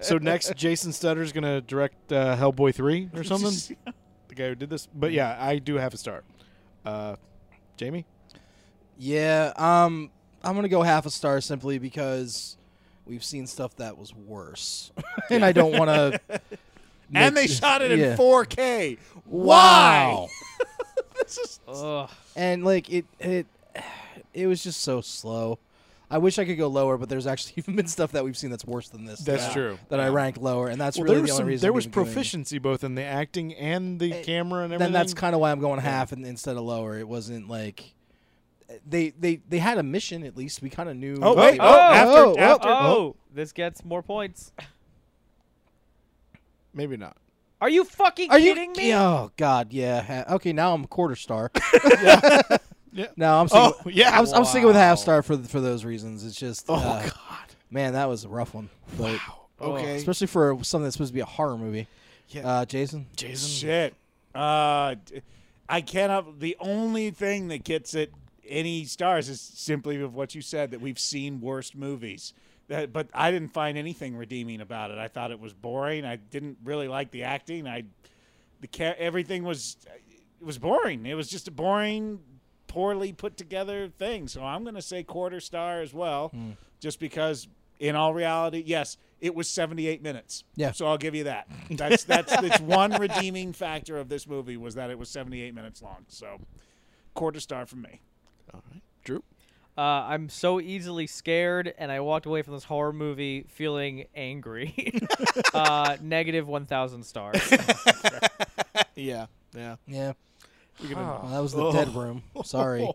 S2: So next, Jason Stutter's gonna direct uh, Hellboy three or something. the guy who did this, but yeah, I do have a star. Uh, Jamie,
S3: Yeah, um, I'm gonna go half a star simply because we've seen stuff that was worse, and I don't want to.
S1: And they shot it in
S3: Yeah.
S1: 4K. Why?
S5: Ugh.
S1: Oh,
S3: And like it, it, it was just so slow. I wish I could go lower, but there's actually even been stuff that we've seen that's worse than this.
S2: That's
S3: that-
S2: true.
S3: That I rank lower, and that's
S2: Well,
S3: really
S2: there was
S3: the only
S2: some-
S3: reason.
S2: there
S3: I'm
S2: was
S3: even doing it. Eh,
S2: proficiency both in the acting and the camera and everything.
S3: Then that's kind of why I'm going half and, instead of lower. It wasn't like they they they had a mission at least. We kind of knew.
S2: Oh,
S3: what
S2: wait,
S3: they-
S2: oh, after-
S5: oh,
S2: after-
S5: oh, this gets more points.
S2: maybe not.
S5: Are you fucking
S3: Are you
S5: kidding me?
S3: Oh God, yeah. Ha- Okay, now I'm a quarter star.
S2: Yeah.
S3: No, I'm sticking.
S2: Oh,
S3: with-
S2: yeah.
S3: I'm, I'm sticking with a half
S2: Wow.
S3: star for th- for those reasons. It's just
S2: Oh
S3: uh,
S2: God.
S3: man, that was a rough one. But
S2: Okay.
S3: especially for something that's supposed to be a horror movie.
S2: Yeah.
S3: Uh, Jason.
S2: Jason.
S1: mm.
S8: Shit. Uh, d- I cannot. The only thing that gets it any stars is simply of what you said that we've seen worst movies. That, but I didn't find anything redeeming about it. I thought it was boring. I didn't really like the acting. I, the ca- everything was, it was boring. It was just a boring, poorly put together thing. So I'm gonna say quarter star as well,
S2: Hmm.
S8: just because. In all reality, yes, it was 78 minutes.
S3: Yeah.
S8: So I'll give you that. That's that's it's one redeeming factor of this movie was that it was 78 minutes long. So quarter star from me.
S2: All right. Drew.
S5: Uh, I'm so easily scared, and I walked away from this horror movie feeling angry. uh, negative 1,000 stars.
S2: Yeah. Yeah.
S3: Yeah.
S2: You're gonna-
S3: Well, that was the dead room. Sorry.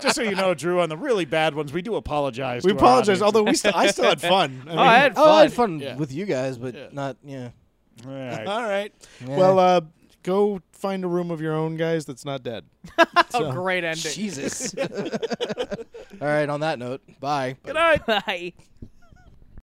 S8: Just so you know, Drew, on the really bad ones, we do apologize.
S2: we
S8: to our
S2: apologize.
S8: audience.
S2: Although we still, I still had fun. I
S5: oh, I had
S2: mean-
S5: fun.
S3: Oh, I had fun
S2: Yeah.
S3: with you guys, but
S2: Yeah.
S3: not yeah.
S8: All right.
S2: All right.
S3: Yeah.
S2: Well, uh, go find a room of your own, guys. That's not dead.
S5: Oh, great ending.
S3: Jesus. All right. On that note, bye.
S5: Good night. Bye.